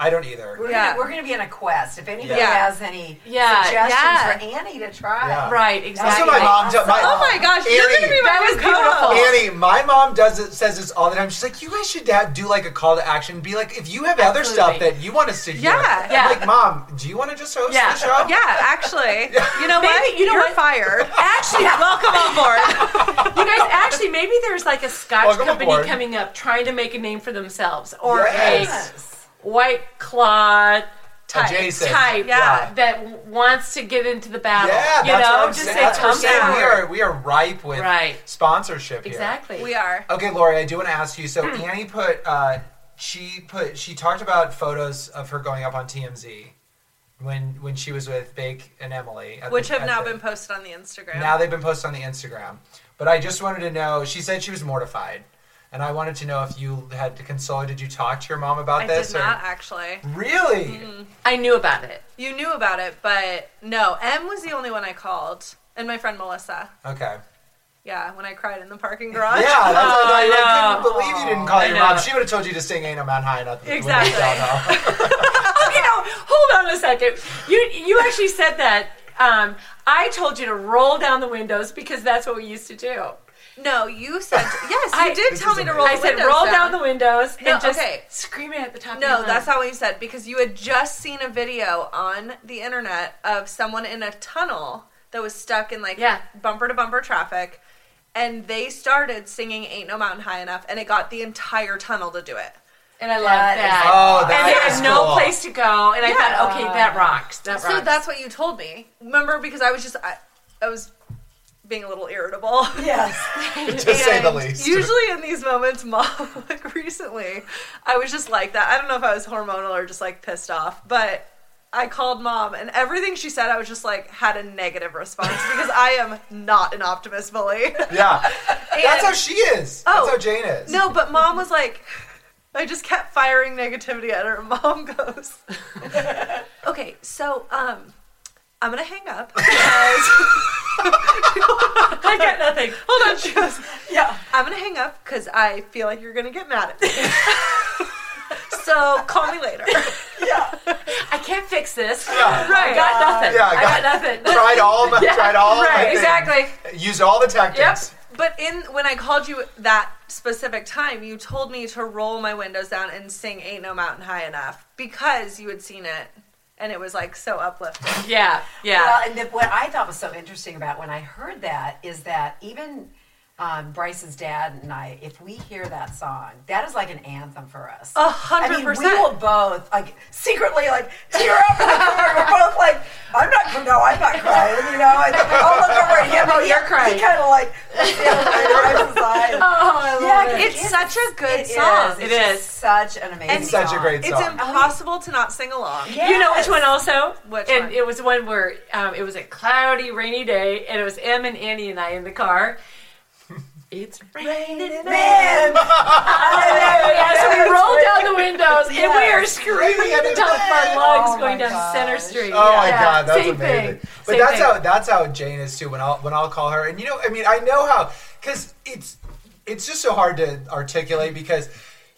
D: I don't either.
F: We're
C: Yeah.
F: gonna we're gonna be on a quest. If anybody
C: Yeah.
F: has any
E: Yeah,
F: suggestions
C: yeah.
F: for Annie to try,
D: Yeah.
E: Right,
D: That's
E: exactly.
D: what my mom does. My,
C: Oh my gosh, you're
D: Annie,
C: gonna be my
E: That
C: new
E: was
C: co-host.
E: beautiful.
D: Annie, my mom does it, says this all the time. She's like, you guys should have, do like a call to action. Be like, if you have other stuff
E: Absolutely.
D: that you want us to hear.
C: Yeah,
D: I'm
E: yeah.
D: Like, mom, do you want to just host
E: Yeah,
D: the show?
C: Yeah, actually, you know what?
E: Maybe- you know
C: You're
E: what?
C: fired.
E: Actually,
C: Welcome on board.
E: you guys, actually, maybe there's like a Scotch
D: Welcome
E: company
D: aboard.
E: coming up trying to make a name for themselves or
D: Yes.
E: a white claw type,
D: Adjacent.
E: type
D: Yeah.
E: that w- wants to get into the battle.
D: Yeah,
E: you
D: that's
E: know,
D: what I'm
E: just
D: saying.
E: say
D: That's what I'm
E: come
D: saying.
E: down.
D: We are we are ripe with
E: Right.
D: sponsorship here.
E: Exactly.
C: We are.
D: Okay, Lori, I do want to ask you. So
C: Hmm.
D: Annie put uh, she put she talked about photos of her going up on TMZ when when she was with Bake and Emily, at
C: Which
D: the-
C: have
D: at
C: now
D: the-
C: been posted on the Instagram.
D: now they've been posted on the Instagram. But I just wanted to know. She said she was mortified, and I wanted to know if you had to console. her. Did you talk to your mom about
C: I
D: this?
C: did not actually.
D: Really?
E: I knew about it.
C: You knew about it, but no. M was the only one I called, and my friend Melissa.
D: Okay.
C: Yeah, when I cried in the parking garage.
D: Yeah, that's what I,
E: I
D: thought. I couldn't believe you didn't call
E: I
D: your
E: know.
D: mom. She would have told you to sing "Ain't No Mountain High Enough." when you
C: Exactly.
D: down home.
E: Okay, now Oh, hold on a second. You you actually said that. Um, I told you to roll down the windows because that's what we used to do.
C: No, you said yes. You
E: I-
C: did
D: This
C: tell
D: is
C: me to
D: amazing.
C: roll.
E: I
C: the
E: said
C: windows
E: roll down the windows
C: No,
E: and just
C: okay.
E: scream it at the top. of your
C: No,
E: lungs.
C: that's not what you said because you had just seen a video on the internet of someone in a tunnel that was stuck in like
E: Yeah.
C: bumper to bumper traffic, and they started singing "Ain't No Mountain High Enough," and it got the entire tunnel to do it.
E: And I love
F: That is
E: that.
D: Oh,
E: and there
D: that
E: was
D: is
E: no
D: cool.
E: place to go, and I
C: Yeah.
E: thought, okay, that rocks. That
C: So
E: rocks.
C: that's what you told me. Remember, because I was just I, I was being a little irritable.
F: Yes.
D: to say the
C: And
D: least.
C: Usually in these moments, mom, like recently, I was just like that. I don't know if I was hormonal or just like pissed off, but I called mom and everything she said, I was just like had a negative response because I am not an optimist bully.
D: yeah, that's how she is.
C: Oh.
D: that's how Jane is.
C: No, but mom was like, I just kept firing negativity at her. Mom goes, okay, so um, I'm gonna hang up because.
E: I got nothing.
C: Hold on, she goes,
F: Yeah.
C: I'm gonna hang up because I feel like you're gonna get mad at me. so call me later.
F: Yeah.
E: I can't fix this.
D: Yeah.
E: I got nothing.
D: Yeah, I
E: I got, nothing.
D: tried all my tried all my
E: right,
D: things.
E: exactly.
D: Used all the tactics.
C: But in when I called you that specific time, you told me to roll my windows down and sing "Ain't No Mountain High Enough" because you had seen it and it was like so uplifting.
E: Yeah, yeah.
F: Well, and the, what I thought was so interesting about when I heard that is that even um, Bryce's dad and I, if we hear that song, that is like an anthem for us.
C: A hundred
F: I mean,
C: percent.
F: we will both like secretly like tear up in the car. We're both like, I'm not, no, I'm not crying, you know. And I'll look over at him. Oh, you're crying. He kind of like looks the other way, Bryce's eyes.
E: oh, I love
F: Yeah,
E: it.
C: It's such a good
F: It is.
C: song.
E: It
F: It's just
E: is.
F: such an amazing.
D: It's such a
F: song.
D: great
C: It's
D: song.
C: impossible to not sing along.
E: You know which one
F: Yes.
E: also?
C: Which
E: and
C: one?
E: it was one where um, it was a cloudy, rainy day, and it was Em and Annie and I in the car. It's raining men.
F: Man,
E: Yeah, so we rolled down the windows and we are
F: Yes.
E: screaming at the top of our lungs
F: Oh
E: going
F: my
E: down Center
F: gosh.
E: Street.
D: Oh my
E: Yeah,
D: god, that's
E: same
D: amazing.
E: Thing.
D: But
E: Same
D: that's
E: thing.
D: how that's how Jane is too. When I'll when I'll call her, and you know, I mean, I know how because it's it's just so hard to articulate because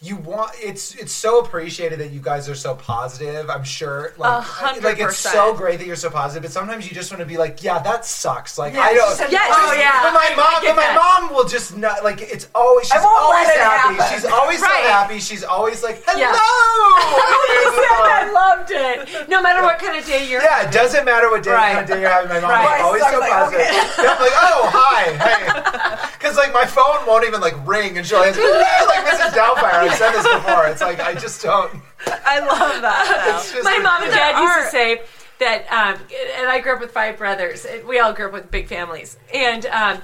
D: you want it's it's so appreciated that you guys are so positive. I'm sure, like,
C: hundred
D: like it's
C: percent.
D: so great that you're so positive. But sometimes you just want to be like, yeah, that sucks. Like
F: Yeah,
D: I
F: it's
D: don't.
F: just a-
E: Yes.
F: Oh,
E: Oh yeah.
D: But my mom,
E: get
D: but my
E: that.
D: mom will just not like. It's always she's
F: I won't let
D: always
F: it
D: happy.
F: happen.
D: She's always
E: Right.
D: so happy. She's always like, hello.
E: Yeah. I loved it. No matter what kind of day you're
D: Oh. Yeah, it doesn't matter what day,
E: Right.
D: kind of day you're having. My mom
E: Right.
D: is oh, always
F: So I
D: so
F: was like,
D: positive. Yeah, I'm like, oh, hi, hey. Because, like, my phone won't even, like, ring, and she'll answer, like, Mrs. Doubtfire, I've said this before. It's like, I just don't.
C: I love that.
D: It's just
E: my mom and dad
C: There
E: used to say that, um, and I grew up with five brothers. and We all grew up with big families, and um,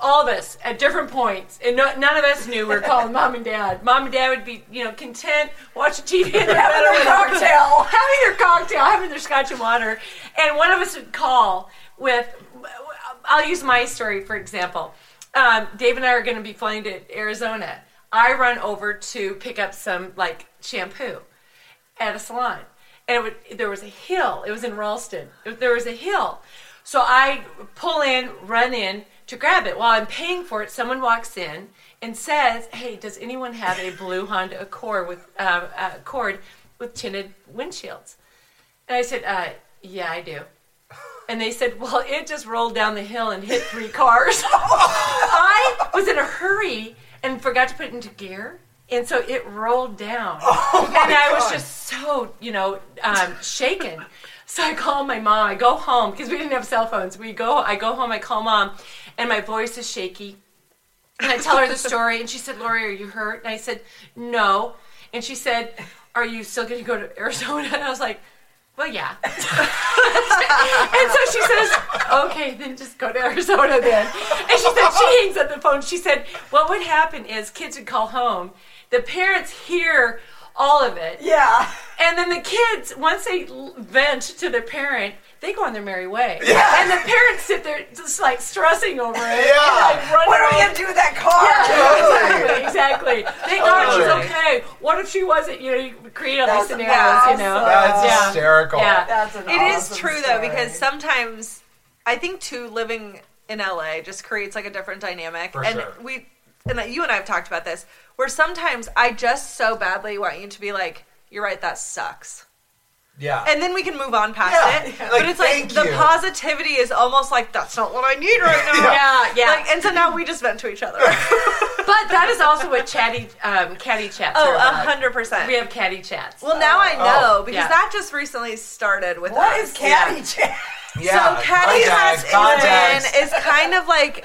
E: all of us at different points, and no, none of us knew we were calling mom and dad. Mom and dad would be, you know, content watching TV in their
F: Having
E: bedroom,
F: their cocktail.
E: having their cocktail, having their scotch and water, and one of us would call with. I'll use my story for example. Um, Dave and I are going to be flying to Arizona. I run over to pick up some like shampoo at a salon, and it would, there was a hill. It was in Ralston. It- there was a hill, so I pull in, run in to grab it. While I'm paying for it, someone walks in and says, "Hey, does anyone have a blue Honda Accord with uh, uh, Accord with tinted windshields. And I said, uh, yeah, I do. And they said, well, it just rolled down the hill and hit three cars. I was in a hurry and forgot to put it into gear. And so it rolled down. and I was just so, you know, um, shaken. So I call my mom. I go home because we didn't have cell phones. We go. I go home. I call mom, and my voice is shaky. And I tell her the story, and she said, "Lori, are you hurt?" And I said, "No." And she said, "Are you still going to go to Arizona?" And I was like, "Well, yeah." and so she says, "Okay, then just go to Arizona then." And she said, "She hangs up the phone." She said, "What would happen is kids would call home. The parents hear." All of it.
F: Yeah.
E: And then the kids, once they l- vent to their parent, they go on their merry way. And the parents sit there just like stressing over it.
D: Yeah.
E: Like running
F: What are we
E: around.
F: gonna do with that car?
E: Exactly, exactly. Thank God she's
D: Totally.
E: okay. What if she wasn't? You know, you create all
F: That's
E: these scenarios, you know?
F: awesome.
D: That's
E: Yeah.
D: hysterical.
E: Yeah.
F: That's an
C: It is
F: awesome
C: true though
F: story.
C: because sometimes I think too living in LA just creates like a different dynamic.
D: For
C: and
D: sure.
C: we and you and I have talked about this where sometimes I just so badly want you to be like you're right that sucks.
D: Yeah.
C: And then we can move on past
D: Yeah,
C: it.
D: yeah.
C: But
D: Like,
C: it's like
D: thank
C: the
D: you.
C: positivity is almost like that's not what I need right now.
E: Yeah, yeah.
C: Like, and so now we just vent to each other.
E: but that is also what chatty, um, catty chats
C: Oh,
E: are
C: a
E: about.
C: hundred percent.
E: We have catty chats.
C: Well, now I
D: Oh.
C: know because
E: yeah.
C: that just recently started with
F: What
C: us.
F: is caddy chat?
D: yeah.
C: So caddy
D: Contacts,
C: has
D: contacts.
C: been is kind of like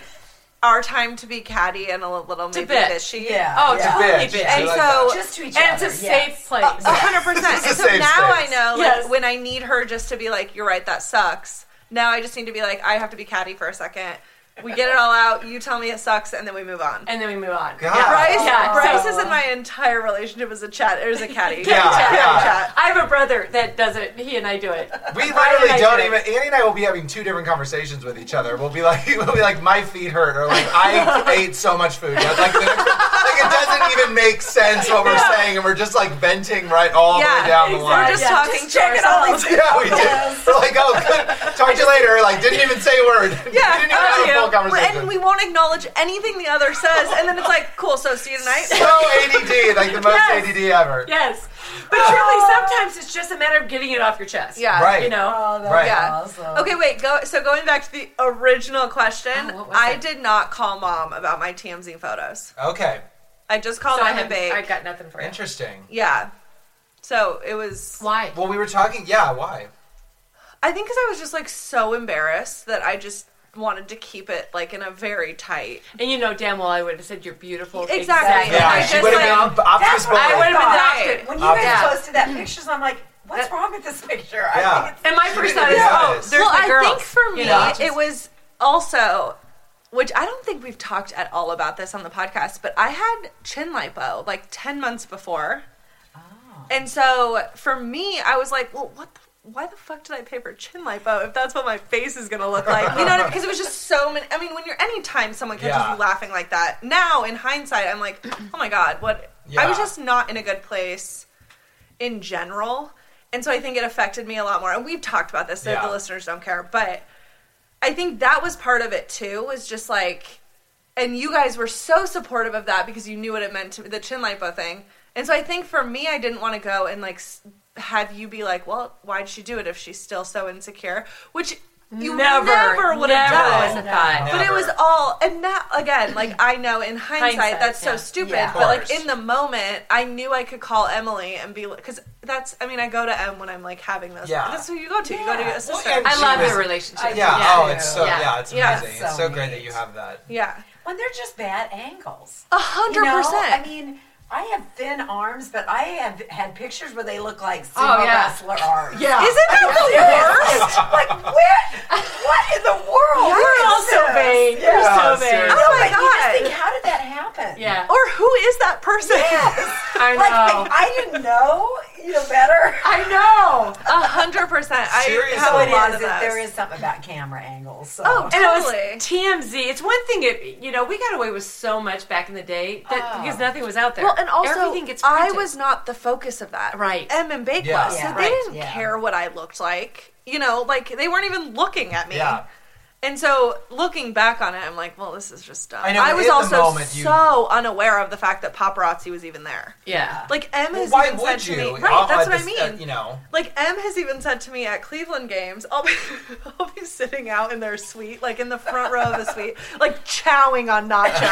C: our time to be catty and a little maybe
E: bitch.
C: bitchy.
F: Yeah.
E: oh,
F: Yeah.
E: totally
D: Bitch.
E: bitch.
C: And
D: like
C: so
D: that.
F: Just to each
E: and it's
F: other.
E: a
F: yes.
E: safe place.
F: Uh,
C: A hundred percent.
D: It's
C: And
D: the
C: so now
D: safe
C: I
D: space.
C: know like,
E: Yes.
C: when I need her just to be like, "You're right, that sucks." Now I just need to be like, "I have to be catty for a second. We get it all out. You tell me it sucks, and then we move on."
E: and then we move on.
D: God.
E: Yeah.
C: Bryce,
E: Yeah,
C: Bryce
E: so-
C: is in my entire relationship as a chat. It was a catty.
D: Yeah,
C: Catty
D: yeah.
C: chat.
E: I have a brother that does it. He and I do it.
D: We
E: I
D: literally don't
E: do
D: even. Annie and I will be having two different conversations with each other. We'll be like, we'll be like, my feet hurt, or like, I ate so much food. Like, like, the next- like, it doesn't even make sense what we're saying, and we're just like venting right all the
C: Yeah,
D: way down the
C: We're
D: line.
C: just
E: Yeah.
C: talking
F: Just
C: to
F: checking all
C: ourselves.
F: these-
D: yeah, we did. We're like, oh, good. talk to you later. Like, didn't even say a word.
C: Yeah,
D: didn't even have a full
C: oh, yeah.
D: conversation.
C: and we won't acknowledge anything the other says, and then it's like, cool. So see you tonight.
D: so ADD, like the most
E: Yes.
D: ADD ever.
E: Yes. But
D: Ah.
E: truly, sometimes it's just a matter of getting it off your chest.
C: Yeah.
D: Right.
E: You know?
F: Oh, that's
D: Right.
C: Yeah.
F: awesome.
C: Okay, wait. Go. So going back to the original question,
E: Oh, what was
C: I
E: it?
C: did not call mom about my TMZ photos.
D: Okay,
C: I just called
E: So I,
C: mom and
E: have,
C: babe.
E: I got nothing for you.
D: interesting.
C: yeah. So it was.
E: Why?
D: Well, we were talking. Yeah, why?
C: I think because I was just like so embarrassed that I just wanted to keep it like in a very tight.
E: And you know damn well I would have said you're beautiful.
C: Exactly.
D: Yeah,
C: I
D: she
C: just,
D: would
C: like-
D: have been Optimus
F: That's what
E: I
D: Bowl.
E: would have been
F: Right.
E: adopted.
F: When you guys
D: Yeah.
F: posted that pictures, I'm like, what's wrong with this picture?
D: Yeah.
F: I think it's
E: And my first thought is,
D: Yeah.
E: oh,
D: There's
E: there's
C: well,
E: my girls.
C: I think for me,
E: you know?
C: it was also, which I don't think we've talked at all about this on the podcast, but I had chin lipo like 10 months before. And so for me, I was like, well, what the, why the fuck did I pay for chin lipo if that's what my face is going to look like? You know what I mean? Because it was just so many. I mean, when you're anytime someone catches
D: Yeah.
C: you laughing like that, now in hindsight, I'm like, oh my God, what? I was
D: Yeah.
C: just not in a good place in general. And so I think it affected me a lot more. And we've talked about this, so
D: Yeah.
C: the listeners don't care. But I think that was part of it too, was just like, and you guys were so supportive of that because you knew what it meant to the chin lipo thing. And so I think for me, I didn't want to go and like s- have you be like, well, why'd she do it if she's still so insecure? Which you never, would have
E: never
C: done.
E: was a thought.
D: No.
C: But it
D: Never.
C: was all, and that again, like I know in hindsight,
E: Hindsight,
C: that's so
E: yeah.
C: stupid.
F: Yeah. Of
C: But like
D: course.
C: in the moment, I knew I could call Emily and be because that's. I mean, I go to M when I'm like having those.
D: Yeah.
C: that's who you go to. You go to
F: Yeah.
C: your sister.
D: and-
E: I love
D: She was-
E: their relationship.
F: I-
D: Yeah.
F: Yeah.
D: Oh, it's so yeah.
E: Yeah.
D: it's
C: Yeah.
D: amazing.
F: That's
D: it's
F: so
D: so great that
F: neat.
D: you have that.
C: yeah,
F: when they're just bad angles.
C: a hundred
F: You know? I
C: percent.
F: mean, I have thin arms, but I have had pictures where they look like sumo
E: Oh, yeah.
F: wrestler arms.
E: Yeah.
C: Isn't that the worst?
F: like what? What in the world?
E: We're all so vain. We're
D: Yeah,
E: so vain.
D: seriously.
C: Oh my
F: Like, you just
C: god.
F: think, how did that happen?
E: Yeah.
C: Or who is that person?
E: I
F: Like,
E: know.
F: like, I didn't know you know better.
E: I know.
C: A hundred percent. I
D: Seriously.
C: have
F: So
C: a
F: it
C: lot
F: is.
C: of
F: it-
C: those.
F: There is something about camera angles. So.
C: Oh,
E: And it
C: Totally.
E: was TMZ. It's one thing, it, you know, we got away with so much back in the day that, because nothing was out there.
C: Ah. Well, and also,
E: everything gets
C: I
E: printed.
C: was not the focus of that.
E: Right.
C: M and Bake
D: Yeah.
C: was.
F: Yeah.
C: So they
E: Right.
C: didn't
F: Yeah.
C: care what I looked like. You know, like they weren't even looking at me.
D: Yeah.
C: And so looking back on it, I'm like, well, this is just dumb.
D: I know, but
C: was
D: at the
C: also
D: moment, you-
C: so unaware of the fact that paparazzi was even there.
E: Yeah.
C: Like M
D: Well,
C: has
D: why
C: even said
D: would
C: to
D: you?
C: me,
D: I'll-
C: right? That's
D: I'll
C: what I
D: just,
C: mean.
D: uh, you know,
C: Like M has even said to me at Cleveland games, I'll be, I'll be sitting out in their suite, like in the front row of the suite, like chowing on nachos.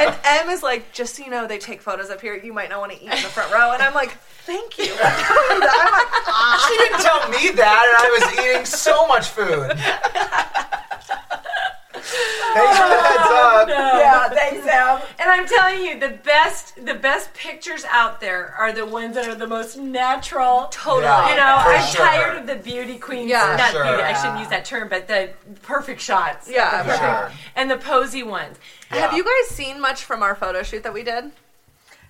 C: and M is like, just so you know, they take photos up here. You might not want to eat in the front row. And I'm like, thank you.
D: she didn't tell me that, and I was eating so much food. Thanks for the heads up.
F: Yeah, thanks, Em.
E: And I'm telling you, the best the best pictures out there are the ones that are the most natural.
C: Totally.
D: Yeah.
E: You know,
D: For
E: I'm
D: sure.
E: tired of the beauty queens.
C: Yeah. For
E: not
D: sure.
E: beauty. I shouldn't use that term, but the perfect shots.
C: Yeah.
D: For sure.
E: And the posy ones.
C: Have you guys seen much from our photo shoot that we did?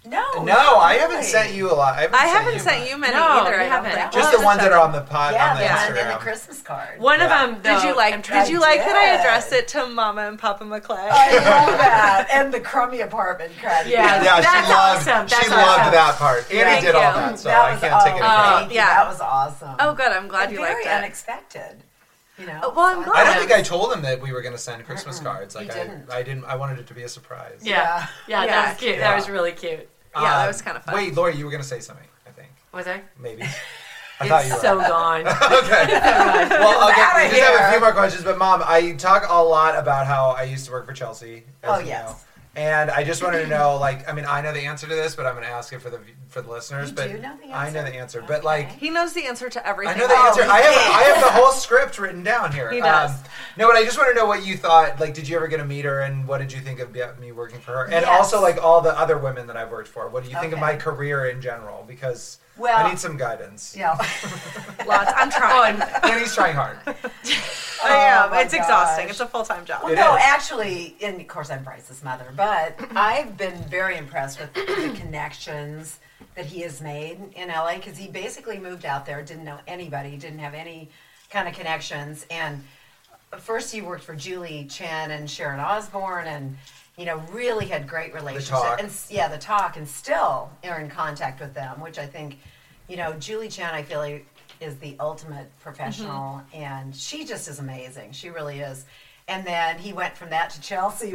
F: No.
D: No, I haven't sent you a lot. I haven't,
C: I
D: sent,
C: haven't
D: you
C: sent
D: much.
C: you many
E: No,
C: either.
E: you
C: I don't
E: haven't.
C: think.
D: Just
E: Well,
D: the ones that are on the pod
F: Yeah,
D: on the
F: the one in the
D: Instagram.
F: Christmas card.
E: One
D: Yeah.
E: of them. Though,
C: Did you like?
E: I'm
C: Did
E: trying-
C: you like that I
F: did.
C: addressed it to Mama and Papa McClay?
F: I love that. And the crummy apartment credit.
E: Yeah.
D: Yeah,
E: That's
D: she loved.
E: awesome. That's
D: she loved
E: awesome.
D: that part. Annie
E: Thank
D: did all
E: you.
D: that, so
F: that
D: I
F: was,
D: can't take it.
F: oh,
D: away.
F: thank you.
C: yeah.
F: That was awesome.
C: oh, good. I'm glad
F: And
C: you
F: very
C: liked it.
F: unexpected. You know.
C: Oh, well, I'm
F: so
C: glad.
D: I don't think I told him that we were going to send Christmas cards. Like
F: you
D: I,
F: didn't.
D: I didn't. I wanted it to be a surprise.
E: Yeah. Yeah,
C: Yeah.
E: that was cute.
D: Yeah.
E: That was really cute.
C: Yeah, that
D: Um,
C: was kinda fun.
D: Wait, Lori, you were going to say something. I think
E: Was I?
D: maybe. I thought you were.
E: It's so gone.
D: okay. Well,
F: outta
D: okay. We just have a
F: here.
D: few more questions, but Mom, I talk a lot about how I used to work for Chelsea. As
F: Oh,
D: you
F: yes.
D: know. And I just wanted to know, like, I mean, I know the answer to this, but I'm going to ask it for the for the listeners.
F: You
D: but
F: do know the
D: I know
F: answer?
D: the answer, but like,
C: He knows the answer to everything.
D: I know the
C: Oh,
D: answer. I have I have the whole script written down here. Um,
C: He does.
D: no, but I just want to know what you thought. Like, did you ever get to meet her, and what did you think of me working for her? And
F: Yes.
D: also, like, all the other women that I've worked for. What do you think of
F: Okay.
D: my career in general? Because
F: Well-
D: I need some guidance.
F: Yeah.
C: Lots. I'm
H: Oh,
C: trying.
D: Annie's trying hard.
C: I am.
F: my
C: it's exhausting.
F: gosh.
C: It's a full time job.
F: Well,
D: It
F: no,
D: is.
F: actually, and of course I'm Bryce's mother, but I've been very impressed with the connections that he has made in LA because he basically moved out there, didn't know anybody, didn't have any kind of connections, and first he worked for Julie Chen and Sharon Osbourne, and you know really had great relationships.
D: Talk.
F: And s- yeah, the talk, and still are in contact with them, which I think, you know, Julie Chen, I feel like is the ultimate professional,
D: Mm-hmm.
F: and she just is amazing. She really is. And then he went from that to Chelsea,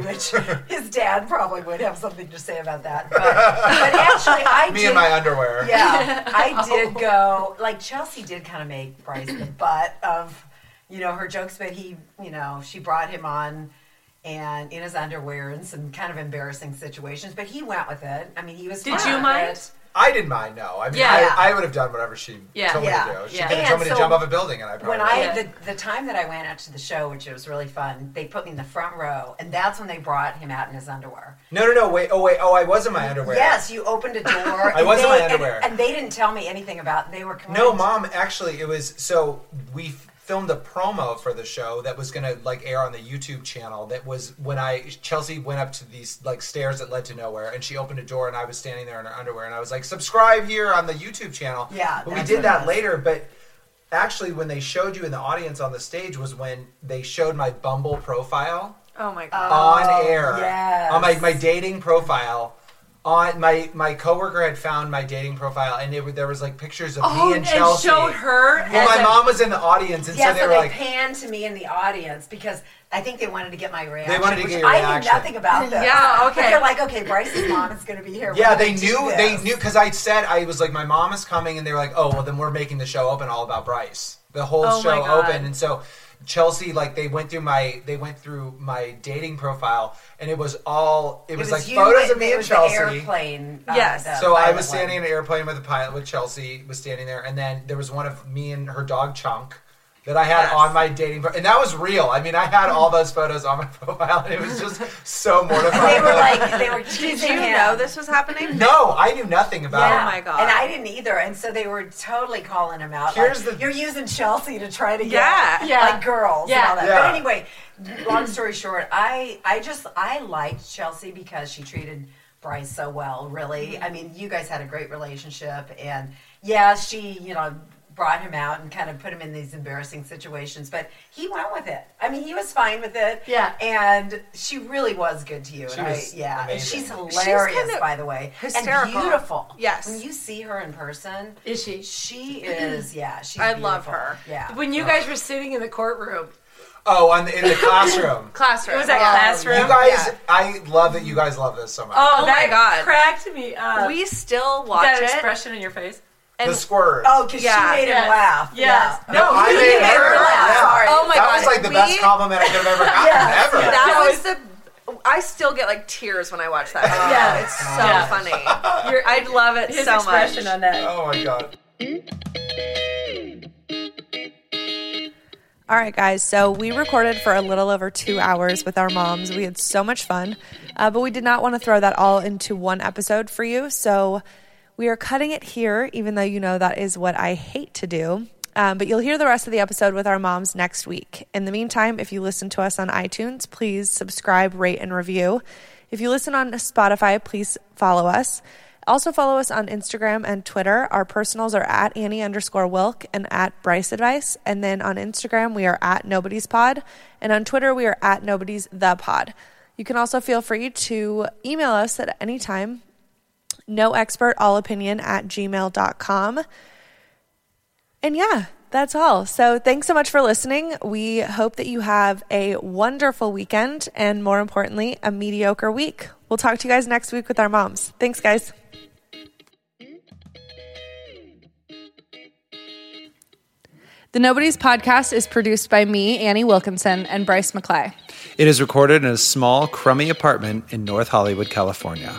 F: which his dad probably would have something to say about that. But, but actually, I
D: Me
F: did
D: and my underwear.
F: yeah, I did
E: Oh.
F: go. Like Chelsea did kind of make Bryce the butt of, you know, her jokes. But he, you know, she brought him on, and in his underwear in some kind of embarrassing situations. But he went with it. I mean, he was.
E: Did
F: fine
E: you
F: with
E: mind?
F: it.
D: I didn't mind. No, I mean,
E: Yeah.
D: I, I would have done whatever she
E: Yeah.
D: told me
F: Yeah.
D: to do. She
E: Yeah.
D: could have
F: And
D: told me to
F: so
D: jump off a building, and I probably.
F: When I
E: Yeah.
F: the, the time that I went out to the show, which was really fun, they put me in the front row, and that's when they brought him out in his underwear.
D: no, no, no. Wait. Oh, wait. Oh, I was in my underwear.
F: Yes, you opened a door.
D: I
F: and
D: was in
F: they-
D: my
F: and-
D: underwear.
F: and, they didn't tell me anything about. They were coming
D: No, mom. Actually, it was so we f- filmed a promo for the show that was gonna like air on the YouTube channel. That was when I Chelsea went up to these like stairs that led to nowhere, and she opened a door, and I was standing there in her underwear, and I was like, "Subscribe here on the YouTube channel."
F: Yeah,
D: but we
F: that's what
D: did
F: it
D: that
F: was.
D: later, but. Actually, when they showed you in the audience on the stage was when they showed my Bumble profile
C: Oh
H: Um,
C: my god.
D: on air
F: yes.
D: on my, my dating profile on my my coworker had found my dating profile and it, there was like pictures of
E: Oh,
D: me and Chelsea
E: showed her.
D: well
E: as
D: my
E: a-
D: mom was in the audience and
F: Yeah,
D: so
F: so,
D: they were
F: they
D: like
F: panned to me in the audience because I think they wanted to get my reaction.
D: wanted to
F: which
D: get your
F: I knew
D: reaction.
F: nothing about this.
E: Yeah,
F: But
E: okay.
F: they're like, okay, Bryce's mom is going to be here.
D: yeah
F: We're
D: they
F: gonna
D: knew
F: do
D: they
F: this.
D: knew because i said i was like my mom is coming and they were like oh well then we're making the show open all about bryce the whole
E: Oh my
D: show
E: God.
D: open and so chelsea like they went through my they went through my dating profile and it was all it,
F: It
D: was,
F: was
D: like
F: you
D: photos
F: and-
D: of me
F: it
D: and
F: was
D: chelsea
F: The airplane. uh,
C: Yes.
F: the
D: So I
F: pilot
D: was standing in
F: one.
D: an airplane with a pilot with Chelsea was standing there, and then there was one of me and her dog Chunk that I had
C: Yes.
D: on my dating, pro- and that was real. I mean, I had all those photos on my profile, and it was just so mortifying.
F: They were like, they were
C: Did
F: teasing
C: you
F: him.
C: know this was happening?
D: no, I knew nothing about
C: Yeah.
D: it.
C: Oh my God.
F: And I didn't either. And so they were totally calling him out.
D: Here's
F: like,
D: the-
F: You're using Chelsea to try to get
C: Yeah.
E: Yeah.
F: like girls
E: Yeah.
F: and all that.
D: Yeah.
F: But anyway, long story short, I I just I liked Chelsea because she treated Bryce so well, really.
C: Mm-hmm.
F: I mean, you guys had a great relationship and yeah, she, you know, brought him out and kind of put him in these embarrassing situations, but he went with it. I mean, he was fine with it.
E: Yeah.
F: And she really was good to you.
D: She
F: and
D: was
F: I, yeah. And
D: amazing.
F: she's
C: She's
F: hilarious,
C: kind of
F: by the way. And
C: hysterical.
F: beautiful.
C: Yes.
F: When you see her in person,
E: Is she?
F: she is, yeah, she's
C: I love
F: beautiful.
C: her.
F: Yeah.
E: When you guys were sitting in the courtroom
D: Oh, on the, in the classroom.
H: Classroom.
E: It was at
H: Yeah.
E: classroom.
D: You guys,
H: Yeah.
D: I love that you guys love this so much.
H: Oh my God.
E: Cracked me up.
H: We still watch
E: that
H: it.
E: expression on your face.
D: the
H: and-
D: squirt.
F: Oh, because
H: Yeah.
F: she made
E: Yes.
F: him laugh.
E: Yes.
F: Yeah.
D: no, I
F: You
D: made her
F: laugh.
D: Yeah.
F: Sorry.
H: Oh my
D: that
H: God.
D: was like the
H: We-
D: best compliment I could have ever gotten
F: Yes.
D: ever.
H: That was the. I still get like tears when I watch that. video.
E: Yeah.
H: it's so
E: Yeah.
H: funny.
E: Your,
H: I love it
E: his
H: so
E: expression
H: much.
E: on that.
D: oh my god.
H: All right, guys. So we recorded for a little over two hours with our moms. We had so much fun, uh, but we did not want to throw that all into one episode for you. So we are cutting it here, even though you know that is what I hate to do. Um, but you'll hear the rest of the episode with our moms next week. In the meantime, if you listen to us on iTunes, please subscribe, rate, and review. If you listen on Spotify, please follow us. Also, follow us on Instagram and Twitter. Our personals are at Annie underscore Wilk and at Bryce Advice. And then on Instagram, we are at Nobody's Pod. And on Twitter, we are at Nobody's The Pod. You can also feel free to email us at any time, noexpertallopinion at gmail.com. And yeah, that's all. So thanks so much for listening. We hope that you have a wonderful weekend and more importantly, a mediocre week. We'll talk to you guys next week with our moms. Thanks, guys. The Nobody's podcast is produced by me, Annie Wilkinson, and Bryce McClay.
I: It is recorded in a small, crummy apartment in North Hollywood, California.